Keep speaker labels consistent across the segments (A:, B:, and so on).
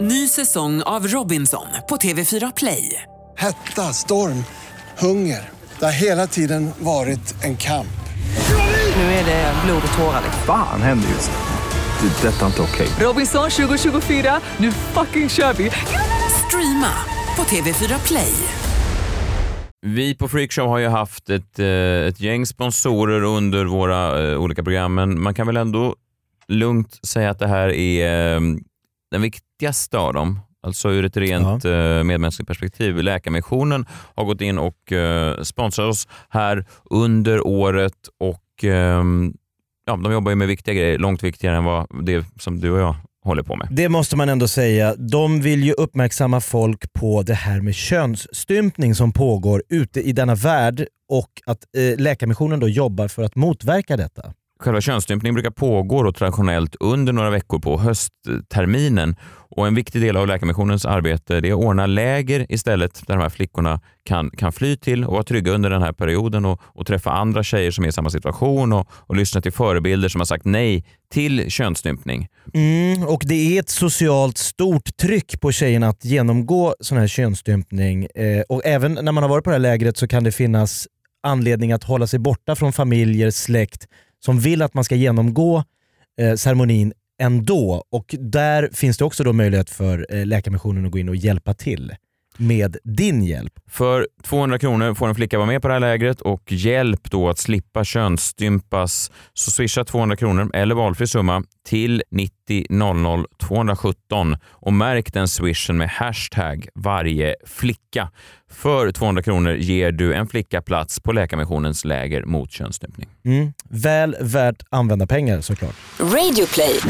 A: Ny säsong av Robinson på TV4 Play.
B: Hetta, storm, hunger. Det har hela tiden varit en kamp.
A: Nu är det blod och tårar.
C: Fan händer just nu. Det. är Detta är inte okej.
A: Robinson 2024, nu fucking kör vi! Streama på TV4 Play.
D: Vi på Freakshow har ju haft ett, eh, ett gäng sponsorer under våra eh, olika program, men man kan väl ändå lugnt säga att det här är eh, den viktigaste av dem. Alltså ur ett rent eh, medmänskligt perspektiv. Läkarmissionen har gått in och eh, sponsrar oss här under året och ehm, ja, de jobbar ju med viktiga grejer, långt viktigare än vad det som du och jag håller på med.
E: Det måste man ändå säga. De vill ju uppmärksamma folk på det här med könsstympning som pågår ute i denna värld och att eh, Läkarmissionen då jobbar för att motverka detta.
D: Själva könsstympningen brukar pågå då traditionellt under några veckor på höstterminen och en viktig del av Läkarmissionens arbete det är att ordna läger istället där de här flickorna kan, kan fly till och vara trygga under den här perioden och, och träffa andra tjejer som är i samma situation och, och lyssna till förebilder som har sagt nej till könsstympning.
E: Mm, och det är ett socialt stort tryck på tjejerna att genomgå sån här könsstympning. Eh, och även när man har varit på det här lägret så kan det finnas anledning att hålla sig borta från familjer, släkt som vill att man ska genomgå eh, ceremonin ändå. Och där finns det också då möjlighet för eh, Läkarmissionen att gå in och hjälpa till med din hjälp.
D: För 200 kronor får en flicka vara med på det här lägret och hjälp då att slippa könsstympas. Så swisha 200 kronor eller valfri summa till 90 00 217 och märk den swishen med hashtag varje flicka. För 200 kronor ger du en flicka plats på Läkarmissionens läger mot könsstympning.
E: Mm. Väl värt använda pengar såklart.
F: Radioplay.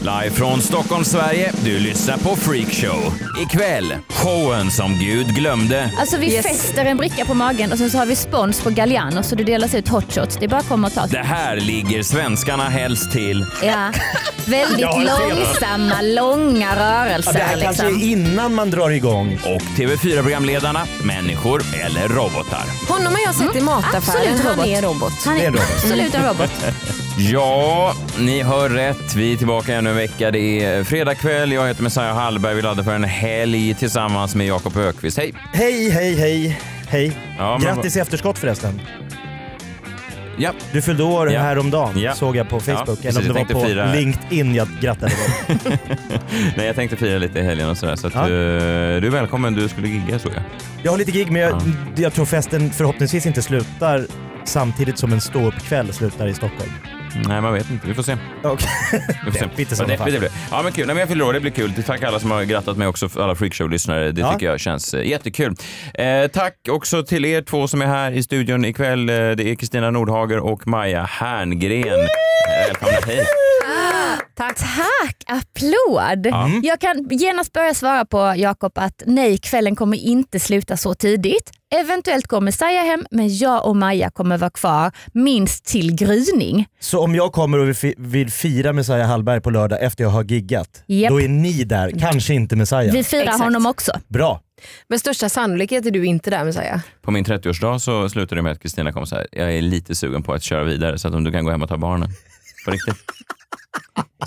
D: Live från Stockholm, Sverige. Du lyssnar på Freakshow. Ikväll, showen som Gud glömde
G: Alltså vi fäster en bricka på magen och sen så har vi spons på Galliano så det delas ut hotshots. Det är bara att komma och ta.
D: Det här ligger svenskarna helst till.
G: Ja. Väldigt långsamma, långa
E: Ja, det här
G: rörelser
E: kanske
G: liksom.
E: är innan man drar igång.
D: och TV4-programledarna, människor eller robotar.
H: Honom har jag sett i mataffären.
G: absolut
H: Han
G: robot.
H: är robot.
G: Han
E: Det är
G: är
E: bra.
G: absolut en robot.
D: Ja, ni hör rätt. Vi är tillbaka ännu en vecka. Det är fredag kväll. Jag heter Messiah Hallberg. Vi laddar för en helg tillsammans med Jakob Ökvist. Hej!
E: Hej, hej, hej. Hej.
D: Ja, men-
E: Grattis i efterskott förresten.
D: Ja,
E: Du fyllde år
D: Ja.
E: häromdagen
D: Ja.
E: såg jag på
D: Ja,
E: Facebook.
D: precis.
E: eller om det
D: Jag
E: var
D: tänkte
E: på
D: fira-
E: LinkedIn jag grattade dig.
D: nej, jag tänkte fira lite i helgen och sådär. Så att,
E: Ja.
D: eh, du är välkommen. Du skulle gigga såg jag.
E: Jag har lite gig men jag, jag tror festen förhoppningsvis inte slutar samtidigt som en ståuppkväll slutar i Stockholm.
D: Nej, man vet inte. Vi får se.
E: Okay.
D: Vi får se.
E: Deppigt i
D: Vad
E: sådana
D: deppigt
E: fall.
D: det blir. Ja, men kul. Nej, men jag fyller år. Det blir kul. Tack alla som har grattat mig också, för alla freakshow-lyssnare. Det
E: Ja.
D: tycker jag känns eh, jättekul. Eh, tack också till er två som är här i studion ikväll. Eh, det är Kristina Nordhager och Maja Herngren. Eh, Välkomna hit.
H: Tack.
G: Tack, applåd.
D: Mm.
G: Jag kan genast börja svara på Jakob att nej, kvällen kommer inte sluta så tidigt. Eventuellt går Messiah hem, men jag och Maja kommer vara kvar minst till gryning.
E: Så om jag kommer och vill fi- vill fira Messiah Hallberg på lördag efter jag har giggat,
G: Japp.
E: då är ni där. Kanske inte Messiah.
G: Vi firar
H: Exakt.
G: honom också.
E: Bra.
H: Med största sannolikhet är du inte där Messiah.
D: På min 30-årsdag så slutade det med att Kristina kom så här. Jag är lite sugen på att köra vidare så att om du kan gå hem och ta barnen. På riktigt.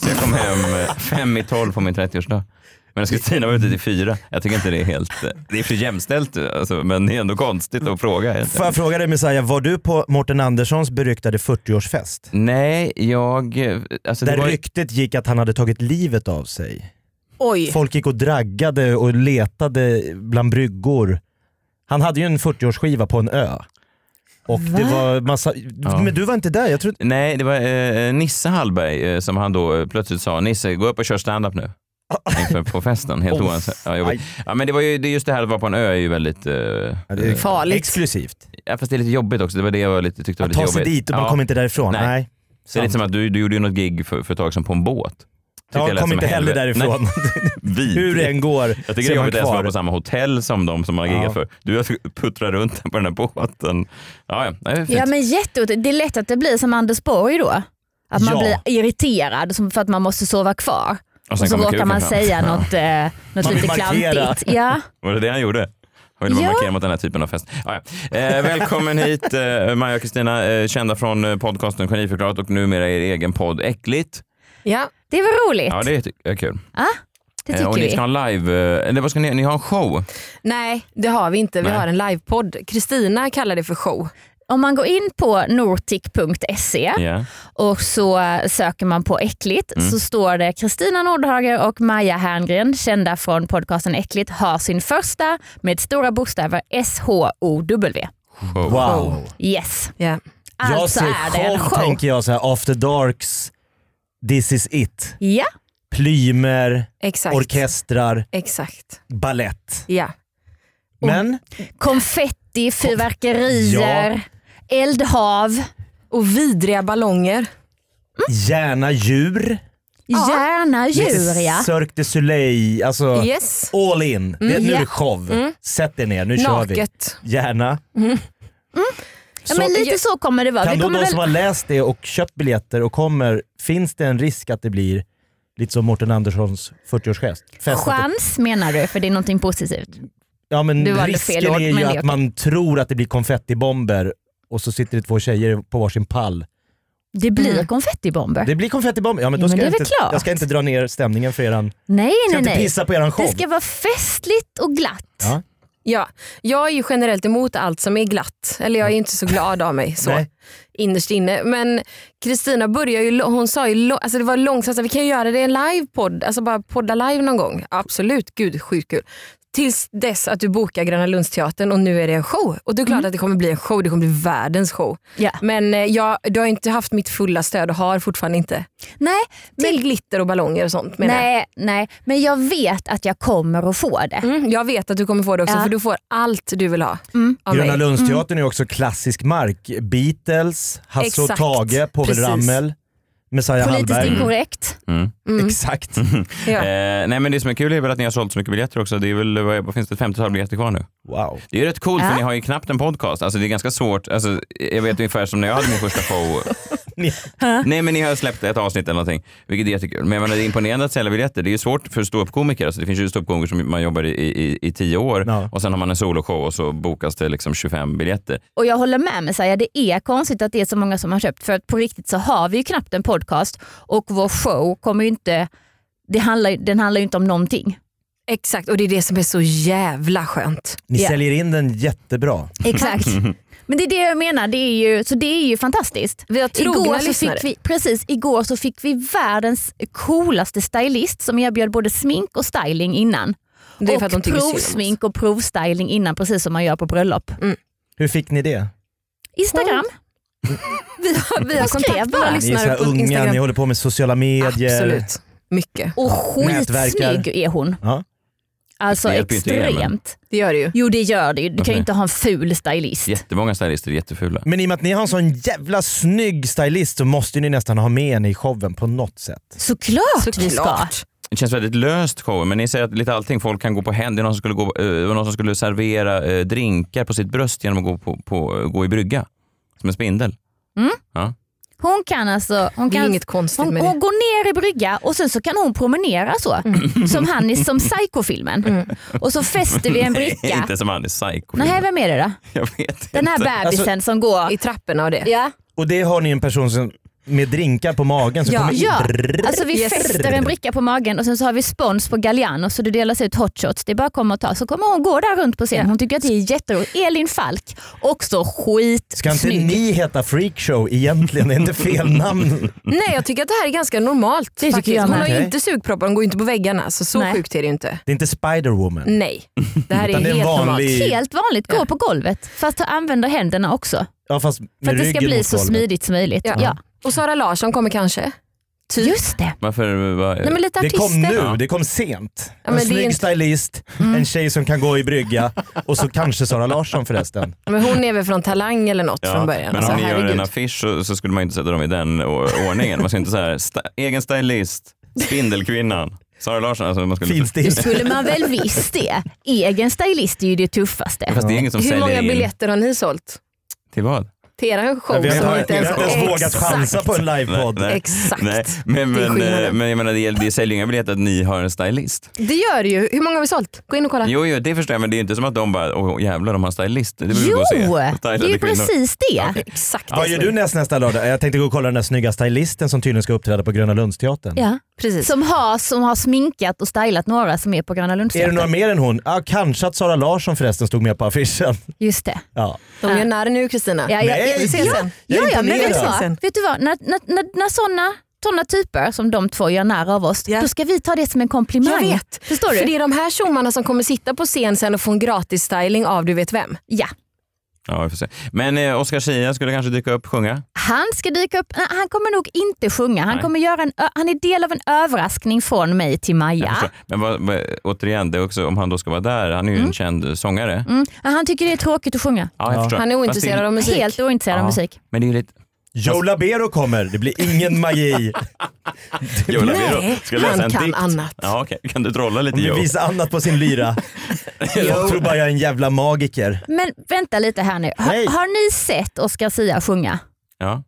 D: Så jag kom hem eh, fem i tolv på min 30-årsdag. Medan Kristina var ute till fyra. Jag tycker inte det är helt... eh, Det är för jämställt alltså, men det är ändå konstigt att fråga.
E: Får jag fråga dig Messiah, var du på Mårten Anderssons beryktade 40-årsfest?
D: Nej, jag... eh, Alltså, det
E: Där
D: var,
E: ryktet gick att han hade tagit livet av sig.
H: Oj.
E: Folk gick och draggade och letade bland bryggor. Han hade ju en 40-årsskiva på en ö. Och det var massa...
D: Ja.
E: Men du var inte där? Jag trodde...
D: nej, det var eh, Nisse Hallberg eh, som han då eh, plötsligt sa. Nisse, gå upp och kör stand-up nu. Inför på festen. Helt
E: Åh,
D: oansvarigt. Ja, jobbigt.
E: aj.
D: ja, men det var ju, det är just det här att vara på en ö är ju väldigt... Eh,
E: Ja, det är
H: Farligt.
E: Exklusivt.
D: Ja, fast det är lite jobbigt också. Det var det jag lite, tyckte var
E: Att
D: lite
E: ta
D: jobbigt.
E: sig dit och man
D: ja.
E: kom inte därifrån.
D: Nej.
E: Nej.
D: Det är lite som att du, du gjorde ju något gig för, för ett tag sedan på en båt. Tyckte jag
E: jag
D: lät
E: kom
D: som
E: inte heller
D: helvete.
E: därifrån.
D: Nej, vidrigt.
E: Hur det än går
D: Jag tycker det är
E: man
D: jobbigt att ens vara
E: kvar.
D: på samma hotell som de som man har
E: Ja.
D: giggat för. Du har puttrat runt på den här båten. Ja, ja. Nej, det är fint.
G: Ja men jätteot- Det är lätt att det blir som Anders Borg då. Att man
E: Ja.
G: blir irriterad som- för att man måste sova kvar.
D: och
G: Och så
D: kommer
G: råkar
D: kuken
G: man
D: fram.
G: säga
D: Ja.
G: något, eh, något
E: Man vill
G: lite
E: markera.
G: klantigt. Ja.
D: Var det det han gjorde? Han ville ja.
G: Ja.
D: markera mot den här typen av fest. Ja, ja. Eh, välkommen hit eh, Maja och Kristina, eh, kända från eh, podcasten Geniförklarat och numera er egen podd Äckligt.
H: Ja.
G: Det var roligt.
D: Ja, det tycker jag är kul.
G: Ja, det tycker
D: Eh, och ni
G: vi.
D: ska ha live, eh, eller vad ska ni, ni har en show?
H: Nej, det har vi inte. Vi
D: Nej.
H: har en livepodd. Kristina kallar det för show.
G: Om man går in på nortic.se
D: Ja. Mm.
G: och så eh, söker man på Äckligt så står det Kristina Nordhager och Maja Herngren, kända från podcasten Äckligt, har sin första med stora bokstäver S-H-O-W.
D: Show.
E: Wow.
G: Yes.
H: Ja.
E: Jag
G: Alltså
E: ser
G: är det en
E: show,
G: show.
E: tänker jag så här, After Darks, This is it.
G: Ja,
E: Plymer,
H: Exakt.
E: orkestrar,
H: Exakt.
E: ballett.
H: Ja.
E: Men
G: konfetti, fyrverkerier, eldhav,
H: Och vidriga ballonger.
E: gärna djur.
H: Ja.
G: gärna djur.
E: Lite
G: Ja. Mm,
E: Cirque du Soleil. Alltså,
H: Yes.
E: all in. Det, nu är
G: ja.
E: det show. Sätt er ner, nu kör
H: Naket.
E: vi. Gärna.
G: Mm. Ja, men lite så kommer det vara.
E: Kan
G: Vi
E: då
G: kommer
E: de
G: väl...
E: som har läst det och köpt biljetter och kommer, finns det en risk att det blir lite som Mårten Anderssons 40-årsfest? Fest, att det-
G: Chans menar du, för det är någonting positivt.
E: Ja
G: Det
E: men
G: var lite
E: risken
G: fel ord,
E: är
G: men
E: ju
G: det är
E: att
G: okej.
E: man tror att det blir konfettibomber och så sitter det två tjejer på varsin pall.
G: Det blir
H: Mm.
G: konfettibomber.
E: Det blir konfettibomber. Ja men, då
G: Ja, men
E: ska
G: det är
E: jag,
G: väl
E: inte,
G: klart.
E: jag ska inte dra ner stämningen för eran,
G: Nej,
E: ska
G: nej,
E: inte
G: nej.
E: pissa på eran show.
G: Det ska vara festligt och glatt.
E: Ja.
H: Ja. Jag är ju generellt emot allt som är glatt. Eller jag är ju inte så glad av mig. Så.
E: Nej.
H: Innerst inne. Men Kristina började ju, hon sa ju, lo- alltså det var långsamt, vi kan ju göra det i en livepodd, alltså bara podda live någon gång. Absolut, gud sjukt kul. Tills dess att du bokar Gröna Lundsteatern och nu är det en show. Och det är klart att det kommer bli en show, det kommer bli världens show.
G: Mm. Ja.
H: Men eh, jag, du har inte haft mitt fulla stöd och har fortfarande inte.
G: Nej,
H: Till glitter och ballonger och sånt menar jag.
G: nej, nej, men jag vet att jag kommer att få det.
H: Mm, jag vet att du kommer få det också
G: Ja. Mm.
H: för du får allt du vill ha av
E: Gröna
H: mig. Mm.
E: Lundsteatern är också klassisk mark. Beatles, Hasse och
H: Exakt.
E: Tage, Povel
H: Precis.
E: Ramel, Messiah
G: Politiskt
E: Hallberg.
G: inkorrekt.
E: Mm.
H: mm.
E: Exakt.
H: Ja.
D: Eh, nej men det som är kul är väl att ni har sålt så mycket biljetter också. Det är väl, vad, vad finns det, ett 50-tal biljetter kvar nu?
E: Wow.
D: Mm. Det är ju rätt coolt
G: Ja.
D: för ni har ju knappt en podcast. Alltså det är ganska svårt. Alltså, jag vet ungefär som när jag hade min första show.
E: Ni-
D: nej men ni har släppt ett avsnitt eller någonting. Vilket är jättekul. Men jag menar, det är imponerande att sälja biljetter. Det är ju svårt för ståuppkomiker. Alltså, det finns ju ståuppkomiker som man jobbar i, i, i tio år
E: Ja.
D: och sen har man en soloshow och så bokas det liksom 25 biljetter.
G: Och jag håller med mig, Saja, det är konstigt att det är så många som har köpt för att på riktigt så har vi ju knappt en podcast och vår show kommer ju inte, det handlar, ju- den handlar ju inte om någonting.
H: Exakt, och det är det som är så jävla skönt.
E: Ni
G: Ja.
E: säljer in den jättebra.
G: Exakt.
H: Mm.
G: Men det är det jag menar, det är ju, så det är ju fantastiskt.
H: Vi har trogna
G: igår så
H: lyssnare.
G: fick vi, Precis, igår så fick vi världens coolaste stylist som erbjöd både smink och styling innan.
H: Det är
G: och
H: för att de tycker synd om oss.
G: provsmink och provstyling innan, precis som man gör på bröllop.
E: Hur fick ni det?
G: Instagram.
H: Vi har, vi har
G: Jag skrev
H: kontakt med våra
G: bara.
E: Ni är så
H: lyssnare
E: här
H: på
E: unga, ni
H: Instagram.
E: håller på med sociala medier.
H: Absolut. Mycket.
G: Och skitsnygg
E: Nätverkar.
G: är hon.
E: Ja.
G: Alltså
D: Det hjälper ju inte er, men-
G: extremt.
H: Det gör det ju.
G: Jo det gör det ju. Du kan
D: Okej.
G: ju inte ha en ful stylist.
D: Jättemånga stylister är jättefula.
E: Men i och med att ni har en sån jävla snygg stylist så måste ni nästan ha med henne i showen på något sätt.
G: Såklart, vi ska.
H: Såklart.
D: Det känns väldigt löst showen men ni säger att lite allting, folk kan gå på händer. Det är någon som skulle, gå, eh, det var någon som skulle servera eh, drinkar på sitt bröst genom att gå, på, på, gå i brygga. Som en spindel.
G: Hon kan alltså... Hon
H: Det är
G: kan
H: inget konstigt
G: hon,
H: med
G: hon
H: det.
G: går ner i brygga och sen så kan hon promenera så. Som han i som Psycho-filmen. Och så fäster vi en bricka.
D: inte som han är psycho.
G: Nej, vem är det då?
D: Jag vet
G: Den här
D: inte.
G: bebisen som går...
H: I trapporna och det.
G: Ja,
E: Och det har ni en person som, med drinkar på magen som
H: Ja.
E: kommer in.
G: ja. Alltså vi
H: Yes.
G: fäster en bricka på magen och sen så har vi spons på Galliano så det delas ut hotshots. Det är bara att komma och ta. Så kommer hon gå där runt på scenen. Hon tycker att det är jätteroligt. Elin Falk, också
E: Ska inte
G: skitsnygg.
E: ni heta freakshow egentligen? Det är inte fel namn.
H: Nej jag tycker att det här är ganska normalt.
G: tycker
H: faktiskt.
G: jag
H: hon
G: med.
H: har ju
E: Okej.
H: inte sugproppar, hon går ju inte på väggarna. Så, så
G: Nej.
H: sjukt är det ju inte.
E: Det är inte Spider-Woman.
H: Nej, det här är
E: Utan
H: helt
E: det är en
H: normalt.
E: vanlig...
G: Helt vanligt, gå på golvet. Fast använder händerna också.
E: Ja fast
G: För
E: med
G: att det ska
E: ryggen
G: bli
E: mot
G: så
E: golvet.
G: smidigt som möjligt.
H: Ja.
G: Ja.
H: Och Sara Larsson kommer kanske. Typ.
G: Just det.
D: Varför? eh, Vad,
G: Nej, men lite
E: Det
G: artister.
E: kom nu,
D: Ja.
E: det kom sent.
H: men
E: en
H: det är
E: snygg
H: inte-
E: stylist, en tjej som kan gå i brygga och så kanske Sara Larsson förresten.
H: Men hon är väl från Talang eller något från början.
D: Men
H: alltså,
D: om ni gör en
H: herregud.
D: affisch så, så skulle man ju inte sätta dem i den o- ordningen. Man ska inte säga sta- egen stylist, Spindelkvinnan, Sara Larsson. Alltså man skulle,
G: Det
E: Finstil.
G: skulle man väl visst det. Egen stylist är ju det tuffaste.
D: fast det är ingen som
H: Hur
D: säljer
H: många
D: in.
H: biljetter har ni sålt?
D: Till vad?
H: acceptera en show
E: Men vi
H: som
E: har
H: inte
E: inte
H: ens
E: ens vågat chansa på en livepodd.
D: Nej.
H: Exakt.
D: Nej, men,
H: Det är
D: men, eh,
H: skillnaden.
D: men jag menar, det, gäller- det säljer ju inga biljetter att ni har en stylist.
H: Det gör det ju. Hur många har vi sålt? Gå in och kolla.
D: Jo, jo, det förstår jag, men det är inte som att de bara, åh jävlar, de har en stylist. Det vill vi
G: Jo,
D: gå och se.
G: det
D: Stylade
G: är ju
D: kvinnor.
G: precis det.
D: Ja, okej.
H: Exakt.
E: Vad gör du näst, nästa lördag? Jag tänkte gå och kolla den där snygga stylisten som tydligen ska uppträda på Gröna Lundsteatern.
G: Ja.
H: Precis.
G: Som, har, som har sminkat och stylat några som är på Gröna
E: Är det några
G: Lundsteatern.
E: mer än hon? Ja, kanske att Sara Larsson förresten stod med på affischen.
G: Just det.
E: Ja.
H: De gör narr nu Kristina.
G: Ja, ja,
E: Nej,
G: ja,
E: vi ses
G: ja,
H: sen.
E: Jag
G: Ja,
E: är
G: ja, men vet du
E: imponerad.
G: vad? Vet du vad? När, när, när, när sådana såna typer som de två gör narr av oss,
H: Ja.
G: då ska vi ta det som en komplimang.
H: Jag vet.
G: Förstår du?
H: För det är de här tjommarna som kommer sitta på scen sen och få en gratis styling av du vet vem.
G: Ja.
D: Ja, vi får se. Men eh, Oscar Zia skulle kanske dyka upp och sjunga.
G: Han ska dyka upp. Nej, Han kommer nog inte sjunga. Han,
D: Nej.
G: kommer göra en, ö- han är del av en överraskning från mig till
D: Jag
G: Maja.
D: förstår. Men vad, vad, återigen, det är också, om han då ska vara där, han är ju en känd sångare.
G: Mm. Han tycker det är tråkigt att sjunga.
D: Ja, jag förstår.
H: Han är
D: Fast
H: ointresserad
D: det är-
H: av musik.
G: Helt ointresserad av
D: Ja.
G: musik.
D: Men det är ju lite...
E: Joe Labero kommer, det blir ingen magi.
D: Jo,
H: Nej, han kan annat.
D: Ja, okej. Kan du trolla lite
E: Hon vill
D: Joe?
E: visa annat på sin lyra. Jag tror bara jag är en jävla magiker.
G: Men vänta lite här nu.
E: Nej.
G: Har, har ni sett Oscar Sia sjunga?
D: Ja.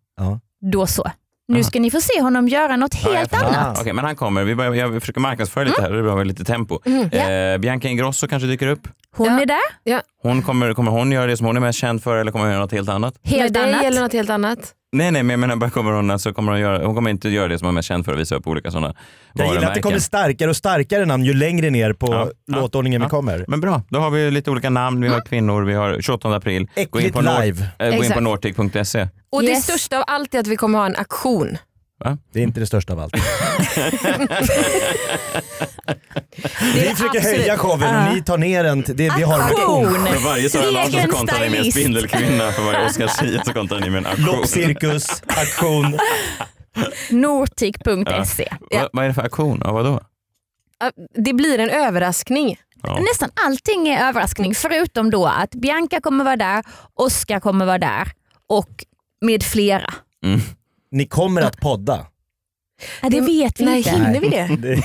G: Då så. Nu
D: Aha.
G: ska ni få se honom göra något
D: Ja, jag
G: helt
D: förstår.
G: annat.
D: Okej, men han kommer. Vi börjar, jag försöker marknadsföra lite här, det är bra med lite tempo. Eh, Bianca Ingrosso kanske dyker upp.
G: Hon
H: Ja.
G: är där,
D: Hon kommer, kommer hon göra det som hon är mest känd för eller kommer hon göra något helt annat?
G: helt
H: Nej,
G: annat.
H: Det gäller något helt annat.
D: Nej, nej, men jag menar bara kommer hon, alltså, kommer hon, göra, hon kommer inte göra det som hon är mest känd för att visa upp olika sådana
E: Jag gillar att det kommer
D: varumärken.
E: starkare och starkare namn ju längre ner på
D: Ja, ja,
E: låtordningen
D: ja.
E: vi kommer.
D: Men bra, då har vi lite olika namn. Vi har kvinnor, vi har 28 april. Gå in
E: Äckligt
D: på, Nor-
E: live.
D: eh, gå in på
H: Exakt.
D: nortic.se.
H: Och
G: Yes.
H: det största av allt är att vi kommer ha en aktion.
E: Det är inte det största av allt.
H: Det är
E: Vi försöker
H: absolut-
E: höja showen och ni tar ner den. till- Det, vi har en aktion.
G: Aktion!
D: För varje Sara Larsson så
G: Egen
D: kontrar ni med en
G: stylist.
D: spindelkvinna. För varje Oscar Zia så kontrar ni med en auktion.
E: Loppcirkus, aktion.
G: Nortic.se.
H: Ja.
D: Va, vad är det för auktion? Ja, vadå?
H: Ja, Det blir en överraskning.
D: Ja.
G: Nästan allting är överraskning förutom då att Bianca kommer vara där, Oscar kommer vara där och med flera.
D: Mm.
E: Ni kommer att podda.
G: Ja, det vet vi
H: Nej,
G: inte.
H: hinner vi det?
E: Det-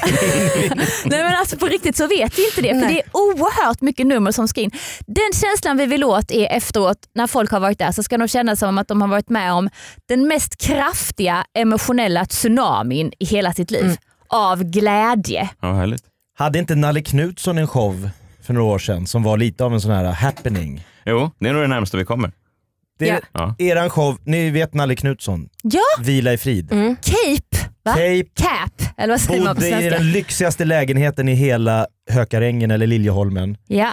G: Nej men alltså på riktigt så vet vi inte det. För
H: Nej.
G: det är oerhört mycket nummer som ska in. Den känslan vi vill åt är efteråt när folk har varit där så ska de känna som att de har varit med om den mest kraftiga emotionella tsunamin i hela sitt liv.
E: Mm.
G: Av glädje.
D: Ja, härligt.
E: Hade inte Nalle Knutsson en show för några år sedan som var lite av en sån här happening?
D: Jo, det är nog det närmaste vi kommer.
E: Det är
D: Ja.
E: eran show, ni vet Nalle Knutsson,
G: Ja,
E: Vila i frid.
G: Mm. Cape. Va?
E: Cape
G: Cap, eller vad säger man på
E: bodde i
G: svenska?
E: den lyxigaste lägenheten i hela Hökarängen eller Liljeholmen
G: Ja.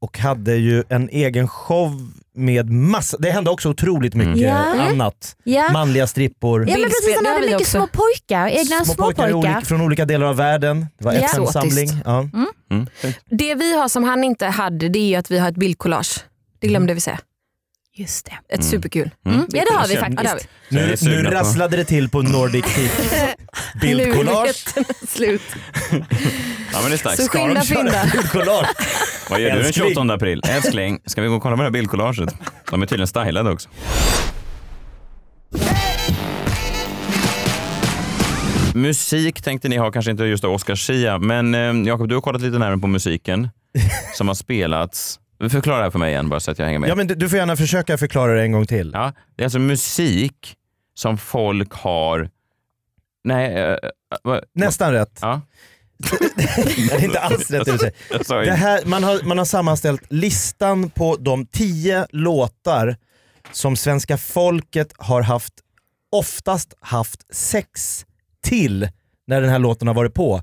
E: och hade ju en egen show med massa, det hände också otroligt mycket
G: Mm. Ja.
E: annat.
G: Ja.
E: Manliga strippor,
G: ja men precis, han
H: Det har
G: hade
H: vi
G: mycket
H: också.
G: små pojkar, egna små
E: i olika,
G: pojkar.
E: från olika delar av världen. Det var
G: Ja. Mm.
E: FN-samling.
H: Exotiskt.
E: Ja.
H: Det vi har som han inte hade det är ju att vi har ett bildkollage. Det glömde vi säga.
G: Mm. Just det.
H: Ett superkul.
G: Mm. Ja det har vi
H: Ja, det har
G: faktiskt.
D: Så
H: vi.
D: jag är
E: Nu, nu
D: sugen på-
E: rasslade det till på Nordic Peak
H: Nu är
E: bildkollage.
H: biljetterna slut.
D: Ja, men det är starkt.
H: Så skynda
E: Ska de köra
H: fynda.
E: bildkollage?
D: Vad gör du den
E: Älskling.
D: 28 april? Älskling, ska vi gå och kolla på det här bildkollaget? De är tydligen stylade också. Musik tänkte ni ha, kanske inte just av Oscar Schia, men eh, Jakob, du har kollat lite närmare på musiken som har spelats. Förklara det här för mig igen bara så att jag hänger med.
E: Ja, men du, du får gärna försöka förklara det en gång till.
D: Ja, det är alltså musik som folk har... Nej, eh, vad-
E: Nästan rätt.
D: Ja.
E: Nej, det är inte alls rätt det du säger.
D: Jag sa ju-
E: Det här, man, har, man har sammanställt listan på de tio låtar som svenska folket har haft, oftast haft sex till när den här låten har varit på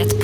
F: Ett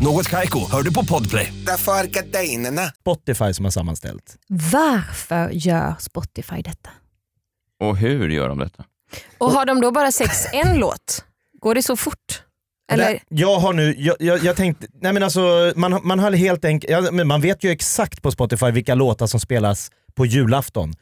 I: Något Kaiko, hör du på Podplay.
J: Därför är gardinerna.
E: Spotify som har sammanställt.
G: Varför gör Spotify detta?
D: Och hur gör de detta?
H: Och har de då bara sex en låt? Går det så fort? Eller?
E: Där- Jag har nu, jag, jag, jag tänkte, nej men alltså man, man har helt enkelt, ja, men man vet ju exakt på Spotify vilka låtar som spelas på julafton.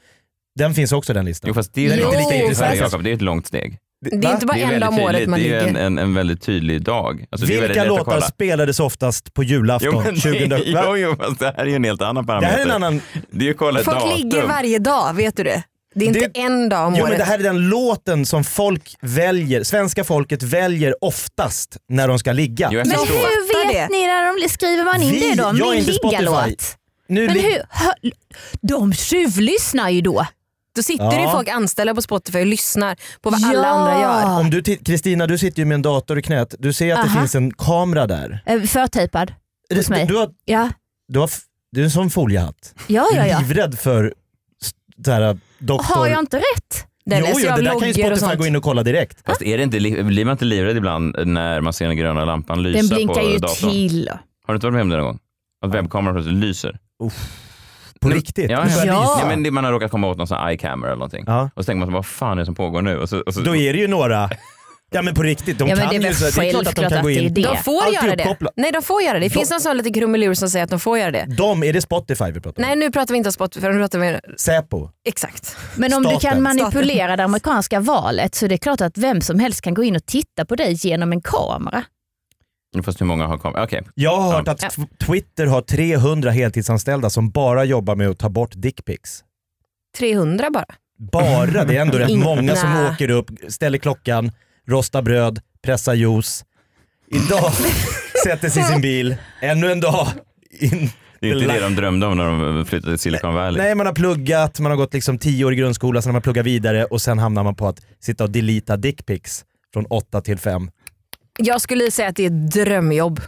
E: Den finns också den listan.
D: Jo fast det är,
H: Jo,
D: inte lika
H: fast-
D: Jakob, det är ett långt steg.
H: Det är inte bara
D: det är
H: en dag om
D: väldigt
H: året
D: tydligt.
H: man
D: Det är ju
H: ligger.
D: en, en, en väldigt tydlig dag. Alltså, det är väldigt
E: Vilka
D: lätt att
E: låtar
D: kolla.
E: spelades oftast på julafton?
D: Jo, men
E: 2000,
D: det,
E: va?
D: jo, jo, fast det här är ju en helt annan
E: det
D: parameter.
E: här är en annan...
D: Det är ju att kolla ett
H: Folk
D: datum.
H: ligger varje dag, vet du det? Det är inte
E: Det-
H: en dag om
E: Jo, men
H: året.
E: det här är den låten som folk väljer, svenska folket väljer oftast när de ska ligga.
D: Jo, jag
G: Men
D: förstår.
G: hur
H: Fattar
G: vet
H: det.
G: ni när de skriver man in
E: Vi-
G: det då?
E: jag är
G: Min
E: inte Spotify.
G: liggarlåt?
E: nu
G: Men
E: lig-
G: hur, hör, de tjuvlyssnar ju då.
H: Då sitter
E: Ja.
H: det folk anställda på Spotify och lyssnar på vad alla
G: Ja.
H: andra gör.
E: Om du ti- Kristina, du sitter ju med en dator i knät. Du ser att det
G: Aha.
E: finns en kamera där.
G: Eh, Förtejpad. Hos mig.
E: Du, har,
G: Ja,
E: du, har, f- du är en sån foliehatt.
G: ja,
E: Du
G: ja.
E: är
G: ja.
E: livrädd för s- så här, äh, doktor...
G: Har jag inte rätt?
H: Där
E: jo,
H: läser
E: jo,
H: jag
E: det där kan ju
H: bloggor och
E: Spotify
H: sånt.
E: gå in och kolla direkt.
D: Fast är det inte, li- blir man inte livrädd ibland när man ser den gröna lampan lysa
G: Den blinkar
D: på
G: ju
D: datorn?
G: till.
D: Har du inte varit med om det någon gång? Att webbkameran plötsligt lyser?
E: På
D: Nej,
E: riktigt.
D: Ja,
E: Du
D: ja.
E: börjar
D: ja.
E: visa.
D: men det, man har råkat komma åt någon sån här iCamera eller någonting.
E: Ja.
D: Och så tänker man, så, vad fan är det som pågår nu? Och så, och så,
E: Då är det ju några... Ja men på riktigt, de
G: Ja, men
E: kan
G: det är
E: ju...
G: väl
E: så- Det är klart att de
G: självklart
E: kan
G: att
E: gå
G: det är
E: in.
G: det.
H: De får
E: Allt är
H: göra det.
E: uppkopplat.
H: Nej, de får göra det. Det finns
E: De-
H: någon sån liten krumelur som säger att de får göra det.
E: De, är det Spotify vi pratar om?
H: Nej, nu pratar vi inte om Spotify. Nu pratar vi...
E: Säpo?
H: Exakt.
G: Men om du kan
E: Staten.
G: manipulera det amerikanska valet så är det klart att vem som helst kan gå in och titta på dig genom en kamera.
D: Fast hur många har kommit? Okej.
E: Jag har hört att
G: Ja.
E: tw- Twitter har 300 heltidsanställda som bara jobbar med att ta bort dickpics.
H: 300 bara.
E: Bara, det är ändå rätt
G: Mm.
H: Ingen.
E: många som
H: Nej.
E: åker upp, ställer klockan, rostar bröd, pressar juice. Idag sätter sig i sin bil, ännu en dag. In.
D: Det är inte det de drömde om när de flyttade till Silicon Valley.
E: Nej, man har pluggat, man har gått liksom tio år i grundskola, sen har man pluggat vidare och sen hamnar man på att sitta och deleta dickpics från 8 till 5.
H: Jag skulle säga att det är ett drömjobb.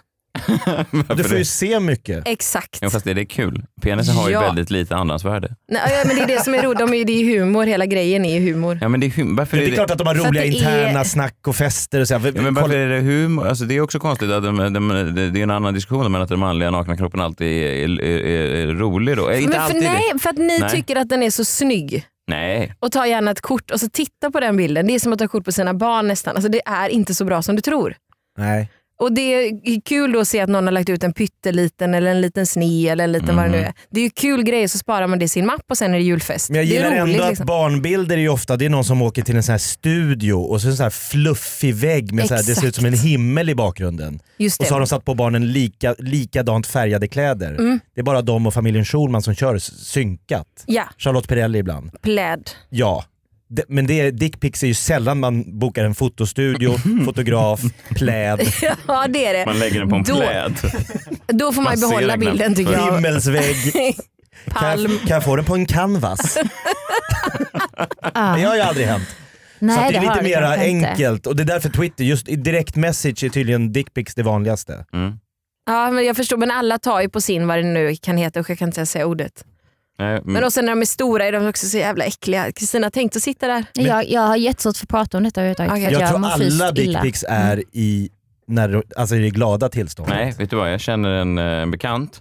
E: Du
D: Varför
E: får ju
D: det?
E: se mycket.
H: Exakt.
D: Ja, fast är det kul? Penisen har ju
H: Ja.
D: väldigt lite andrahandsvärde.
H: Nej, ja, men det är det som är roligt. De är, det är humor. Hela grejen är ju humor.
D: Ja, men det är, hum- varför
E: Det är klart att de har
G: För att
E: roliga
G: det är-
E: interna snack och fester och så. här.
D: Ja, men varför
E: Kolla-
D: är det humor? Alltså, det är också konstigt att de, de, de, det är en annan diskussion men att den manliga nakna kroppen alltid är, är, är, är rolig då. Eh, inte
H: Men för,
D: alltid
H: nej,
D: det.
H: för att ni
D: Nej.
H: tycker att den är så snygg.
D: Nej.
H: Och ta gärna ett kort och så titta på den bilden. Det är som att ta kort på sina barn nästan. Alltså, det är inte så bra som du tror.
E: Nej.
H: Och det är kul då att se att någon har lagt ut en pytteliten eller en liten sne eller en liten vad det nu är. Det är ju kul grejer så sparar man det i sin mapp och sen är det julfest.
E: Mhm. Men jag
H: det
E: gillar
H: är roligt
E: ändå att
H: liksom.
E: barnbilder är ju ofta, det är någon som åker till en sån här studio och så en sån här fluffig vägg med så här, det ser ut som en himmel i bakgrunden.
H: Just
E: Och så har
H: det.
E: de satt på barnen lika, likadant färgade kläder.
H: Mm.
E: Det är bara de och familjen Schulman som kör s- synkat.
H: Ja,
E: Charlotte Perrelli ibland.
H: pläd.
E: Ja. Det- men det, dickpics är ju sällan man bokar en fotostudio, fotograf, pläd,
H: Ja det är det.
D: Man lägger den på en
H: Då-
D: pläd.
H: Då får man ju
D: Man ser
H: behålla
D: den knappt.
H: bilden tycker jag.
E: himmelsvägg. Kan
H: Palm.
E: jag, kan jag få den på en canvas?
G: Ah.
E: Det har ju aldrig hänt. så
G: Nej,
E: att det är
G: har
E: lite
G: det
E: mera
G: kanske inte.
E: enkelt och det är därför Twitter, just i direkt message är tydligen dickpics det vanligaste.
H: Ja men jag förstår men alla tar ju på sin vad det nu kan heta och jag kan inte ens säga ordet.
E: Mm.
D: Nej, mm. men,
H: Men också när de är stora är de också så jävla äckliga. Kristina tänk att sitta där.
G: Jag, jag har jättesvårt för att prata om detta överhuvudtaget.
H: Okej.
G: för att
E: Jag tror
G: mår fysiskt
E: alla
G: illa.
E: dickpics är i, när, de- alltså i det glada tillståndet.
D: nej, vet du vad? Jag känner en, eh, en bekant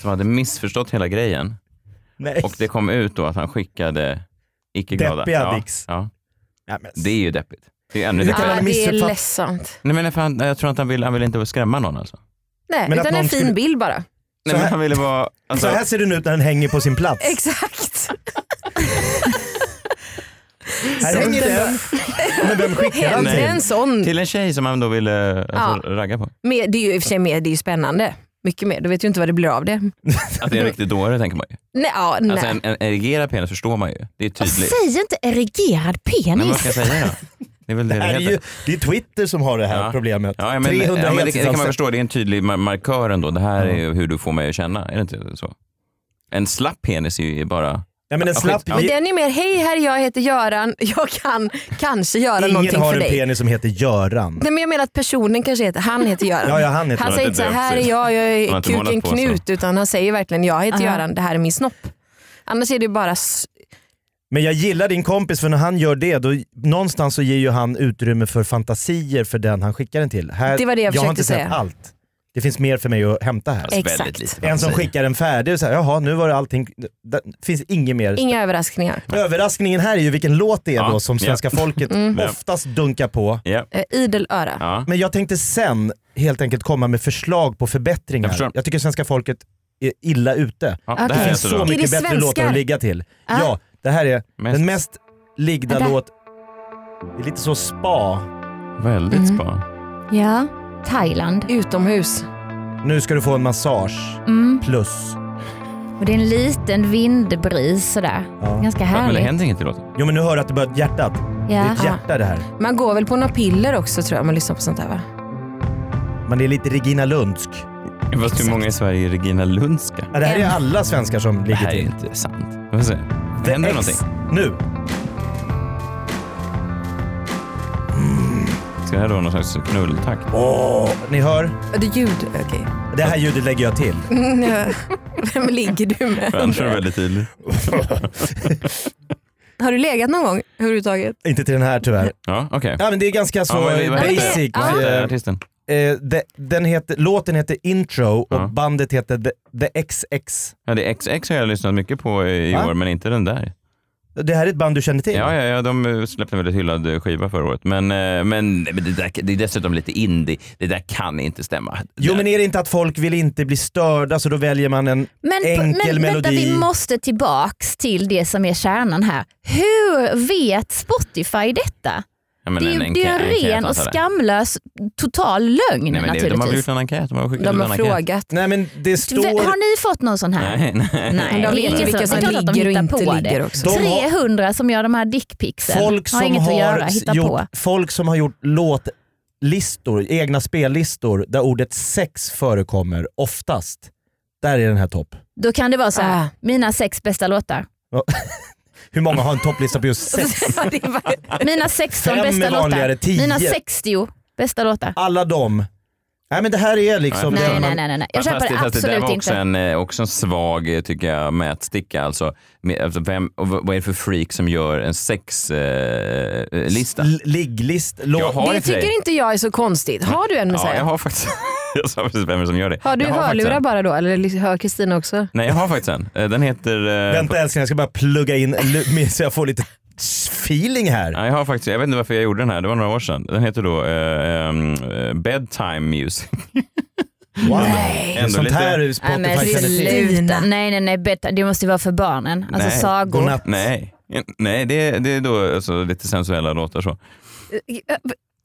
D: som hade missförstått hela grejen
E: Nej.
D: och det kom ut då att han skickade icke glada.
E: Deppiga
D: ja,
E: dicks.
D: Ja,
E: Nej, men-
D: det är ju deppigt. Det är ännu
E: Hur kan
D: deppigare.
E: man
H: Ja, det är
E: missuppfatta-
H: ledsamt.
D: Nej, men för han, jag tror inte han vill, han vill inte skrämma någon alltså.
H: Nej,
E: Men att
H: utan en
E: någon
H: fin
E: skulle-
H: bild bara.
D: Nej, men
E: här-
D: han ville vara...
E: Så
D: Alltså,
E: här ser den ut när den hänger på sin plats.
H: Exakt.
E: här hänger den. Men vem skickar den
H: Hellre en
E: till?
H: sån.
D: till en tjej som han då ville alltså, ragga på.
H: Mer, det är ju i och för sig mer, det är ju spännande. Mycket mer. Du vet ju inte vad det blir av det.
D: Att det är en riktig dåre tänker man ju.
H: Nej, ja, nej.
D: Alltså en, en erigerad penis förstår man ju. Det är
G: Och
D: tydligt.
G: Säg inte erigerad
D: Men vad
G: penis.
D: ska jag säga då? Det är väl det
E: Det,
D: det
E: här är ju,
D: heter.
E: det är Twitter som har det här
D: Ja.
E: problemet.
D: Ja, men,
E: 300
D: ja, men det, det kan man
E: heltidsanställda.
D: förstå, det är en tydlig mar- markör ändå. Det här är ju hur du får mig att känna, är det inte så? En slapp penis är ju bara...
E: Nej, men en
D: Ja,
E: slapp,
D: skit. Ja.
H: Men den är mer, hej här är jag heter Göran, jag kan kanske göra
E: ingen
H: någonting
E: har en
H: för dig.
E: penis som heter Göran.
H: Nej, men jag menar att personen kanske heter, han heter Göran.
E: Ja, ja, han heter
H: han
E: Göran.
H: säger inte så här är jag, jag
D: Han har
H: är
D: inte målat
H: kuken
D: på sig.
H: Knut, utan han säger verkligen jag heter
G: Aha.
H: Göran, det här är min snopp. Annars är det ju bara, s-
E: Men jag gillar din kompis för när han gör det, då, någonstans så ger ju han utrymme för fantasier för den han skickar den till. Här,
H: Det var det jag
E: har
H: försökte
E: inte sett
H: säga.
E: allt. det finns mer för mig att hämta här.
H: Exakt.
D: alltså, Väldigt lite.
E: En som skickar en färdig och säger jaha nu var det allting, det finns inget mer.
H: Inga överraskningar.
E: Överraskningen här är ju vilken låt det är
D: Ja,
E: då som
D: ja.
E: svenska folket
H: Mm.
E: oftast dunkar på.
D: Ja.
H: Eh, idel öra.
D: Ja.
E: Men jag tänkte sen helt enkelt komma med förslag på
D: Jag
E: förbättringar.
D: förstår.
E: Jag, tycker svenska folket är illa ute.
D: Ja,
G: Okej.
D: Det
E: Det
D: här är alltså
E: finns
D: så
E: så
D: bra.
G: Är
E: mycket
G: det
E: bättre låtar
G: svenskar?
E: att ligga till.
G: Ah.
E: Ja, det här är
D: Mest-
E: den mest liggda
G: Vänta.
E: låt. Det är lite så spa.
D: Väldigt
G: Mm.
D: spa.
G: Ja. Thailand.
H: Utomhus.
E: Nu ska du få en massage.
G: Mm.
E: Plus.
G: Och det är en liten vindbris sådär.
E: Ja.
G: Ganska
D: Ja, Men det
G: härligt.
D: händer inget i låten.
E: Jo men nu hör du att det börjar hjärtat. Det är
G: Ja.
E: ett hjärta det här.
H: Man går väl på några piller också tror jag om man lyssnar på sånt här va?
E: Men det är lite Regina Lundsk.
D: Fast hur många i Sverige är Regina Lundska?
E: Ja, det här är alla svenskar som
D: Det
E: ligger
D: här är
E: till.
D: inte sant. Vi får se. Händer det någonting?
E: Ex- Nu.
D: Ska det här då vara någon slags knulltakt?
E: Ni hör.
H: Ja, Det är ljud, okej.
E: Det här ljudet lägger jag till.
H: Vem ligger du med?
D: Annars är det väldigt tydligt.
H: Har du legat någon gång överhuvudtaget?
E: Inte till den här tyvärr.
D: Ja, okej.
E: Ja men det är ganska så
D: Ja, men vi- vad heter-
E: basic.
D: Vad heter
E: Eh,
D: artisten?
E: eh, de- den heter, låten heter Intro och
D: Ja.
E: bandet heter The, The XX.
D: Ja, det är XX har jag lyssnat mycket på i
E: Va?
D: år, men inte den där.
E: Det här är ett band du känner till?
D: Ja, ja, ja, de eh, släppte en väldigt hyllad eh, skiva förra året. Men, eh, men, men det, där, det är dessutom lite indie. Det där kan inte stämma.
E: Jo men är det inte att folk vill inte bli störda så då väljer man en
G: Men,
E: enkel
G: men vänta,
E: melodi?
G: vi måste tillbaks till det som är kärnan här. Hur vet Spotify detta?
D: Ja, men
G: det
D: en
G: är ju
D: enkä-
G: det är en
D: enkät
G: ren och
D: antar jag.
G: skamlös total lögn
D: Nej, men det,
G: naturligtvis.
D: de har väl gjort en enkät? De har skickat
H: De
D: ut
H: har
D: en enkät.
H: frågat.
E: Nej men det står...
G: Har ni fått någon sån här?
D: Nej, nej.
G: Nej,
H: Men de
G: det är
H: vet
G: ingen
H: ju vilka
G: sån-
H: som
G: det är klart att de
H: ligger och
G: hittar
H: inte
G: på
H: ligger
G: det.
H: också.
E: De har-
G: 300 som gör de här dickpicsen
E: Folk som
G: har inget att göra, hitta
E: gjort,
G: på.
E: Folk som har gjort låtlistor, egna spellistor, där ordet sex förekommer oftast. Där är den här topp.
G: Då kan det vara så här,
H: Ah.
G: mina sex bästa låtar.
E: Hur många har en topplista på just sex?
H: Det var-
G: Mina 16
E: Fem
G: bästa
E: är vanligare,
G: låtar.
E: tio.
G: Mina 60 bästa låtar.
E: Alla de. Nej men det här är liksom...
D: Nej,
E: det
G: Nej,
E: man-
G: nej, nej, nej. nej. Jag
D: Fast
G: köper det
D: fast det där
G: absolut
D: var också
G: inte.
D: en, eh, också en svag eh, tycker jag, mätsticka. Alltså, med, alltså vem, och vad vad är det för freak som gör en sexlista? Eh, eh, lista?
E: L- Ligglist, låt...
D: Jag har
H: Det
D: inte det.
H: tycker inte jag är så konstigt. Har du en med så
D: ja,
H: här?
D: jag har faktiskt... jag sa precis vem är det som gör det.
H: Har du
D: jag har faktiskt
H: hörlurar
D: en.
H: bara då? Eller ly- hör Kristina också?
D: Nej, jag har faktiskt en. Eh, Den heter... eh,
E: Vänta älskling jag ska bara plugga in lu- med så jag får lite feeling här.
D: Ja, jag har faktiskt, jag vet inte varför jag gjorde den här, det var några år sedan. Den heter då eh, ehm, eh, Bedtime Music.
E: Wow.
D: Ändå
E: Sånt
D: lite-
E: här
G: Nej, men
E: Spotify känner till.
G: sluta. Nej, nej, nej. bättre. Det måste ju vara för barnen. Alltså
D: Nej.
G: sagor.
E: Godnatt.
D: Nej, nej det, är- det är då alltså, lite sensuella låtar så. Men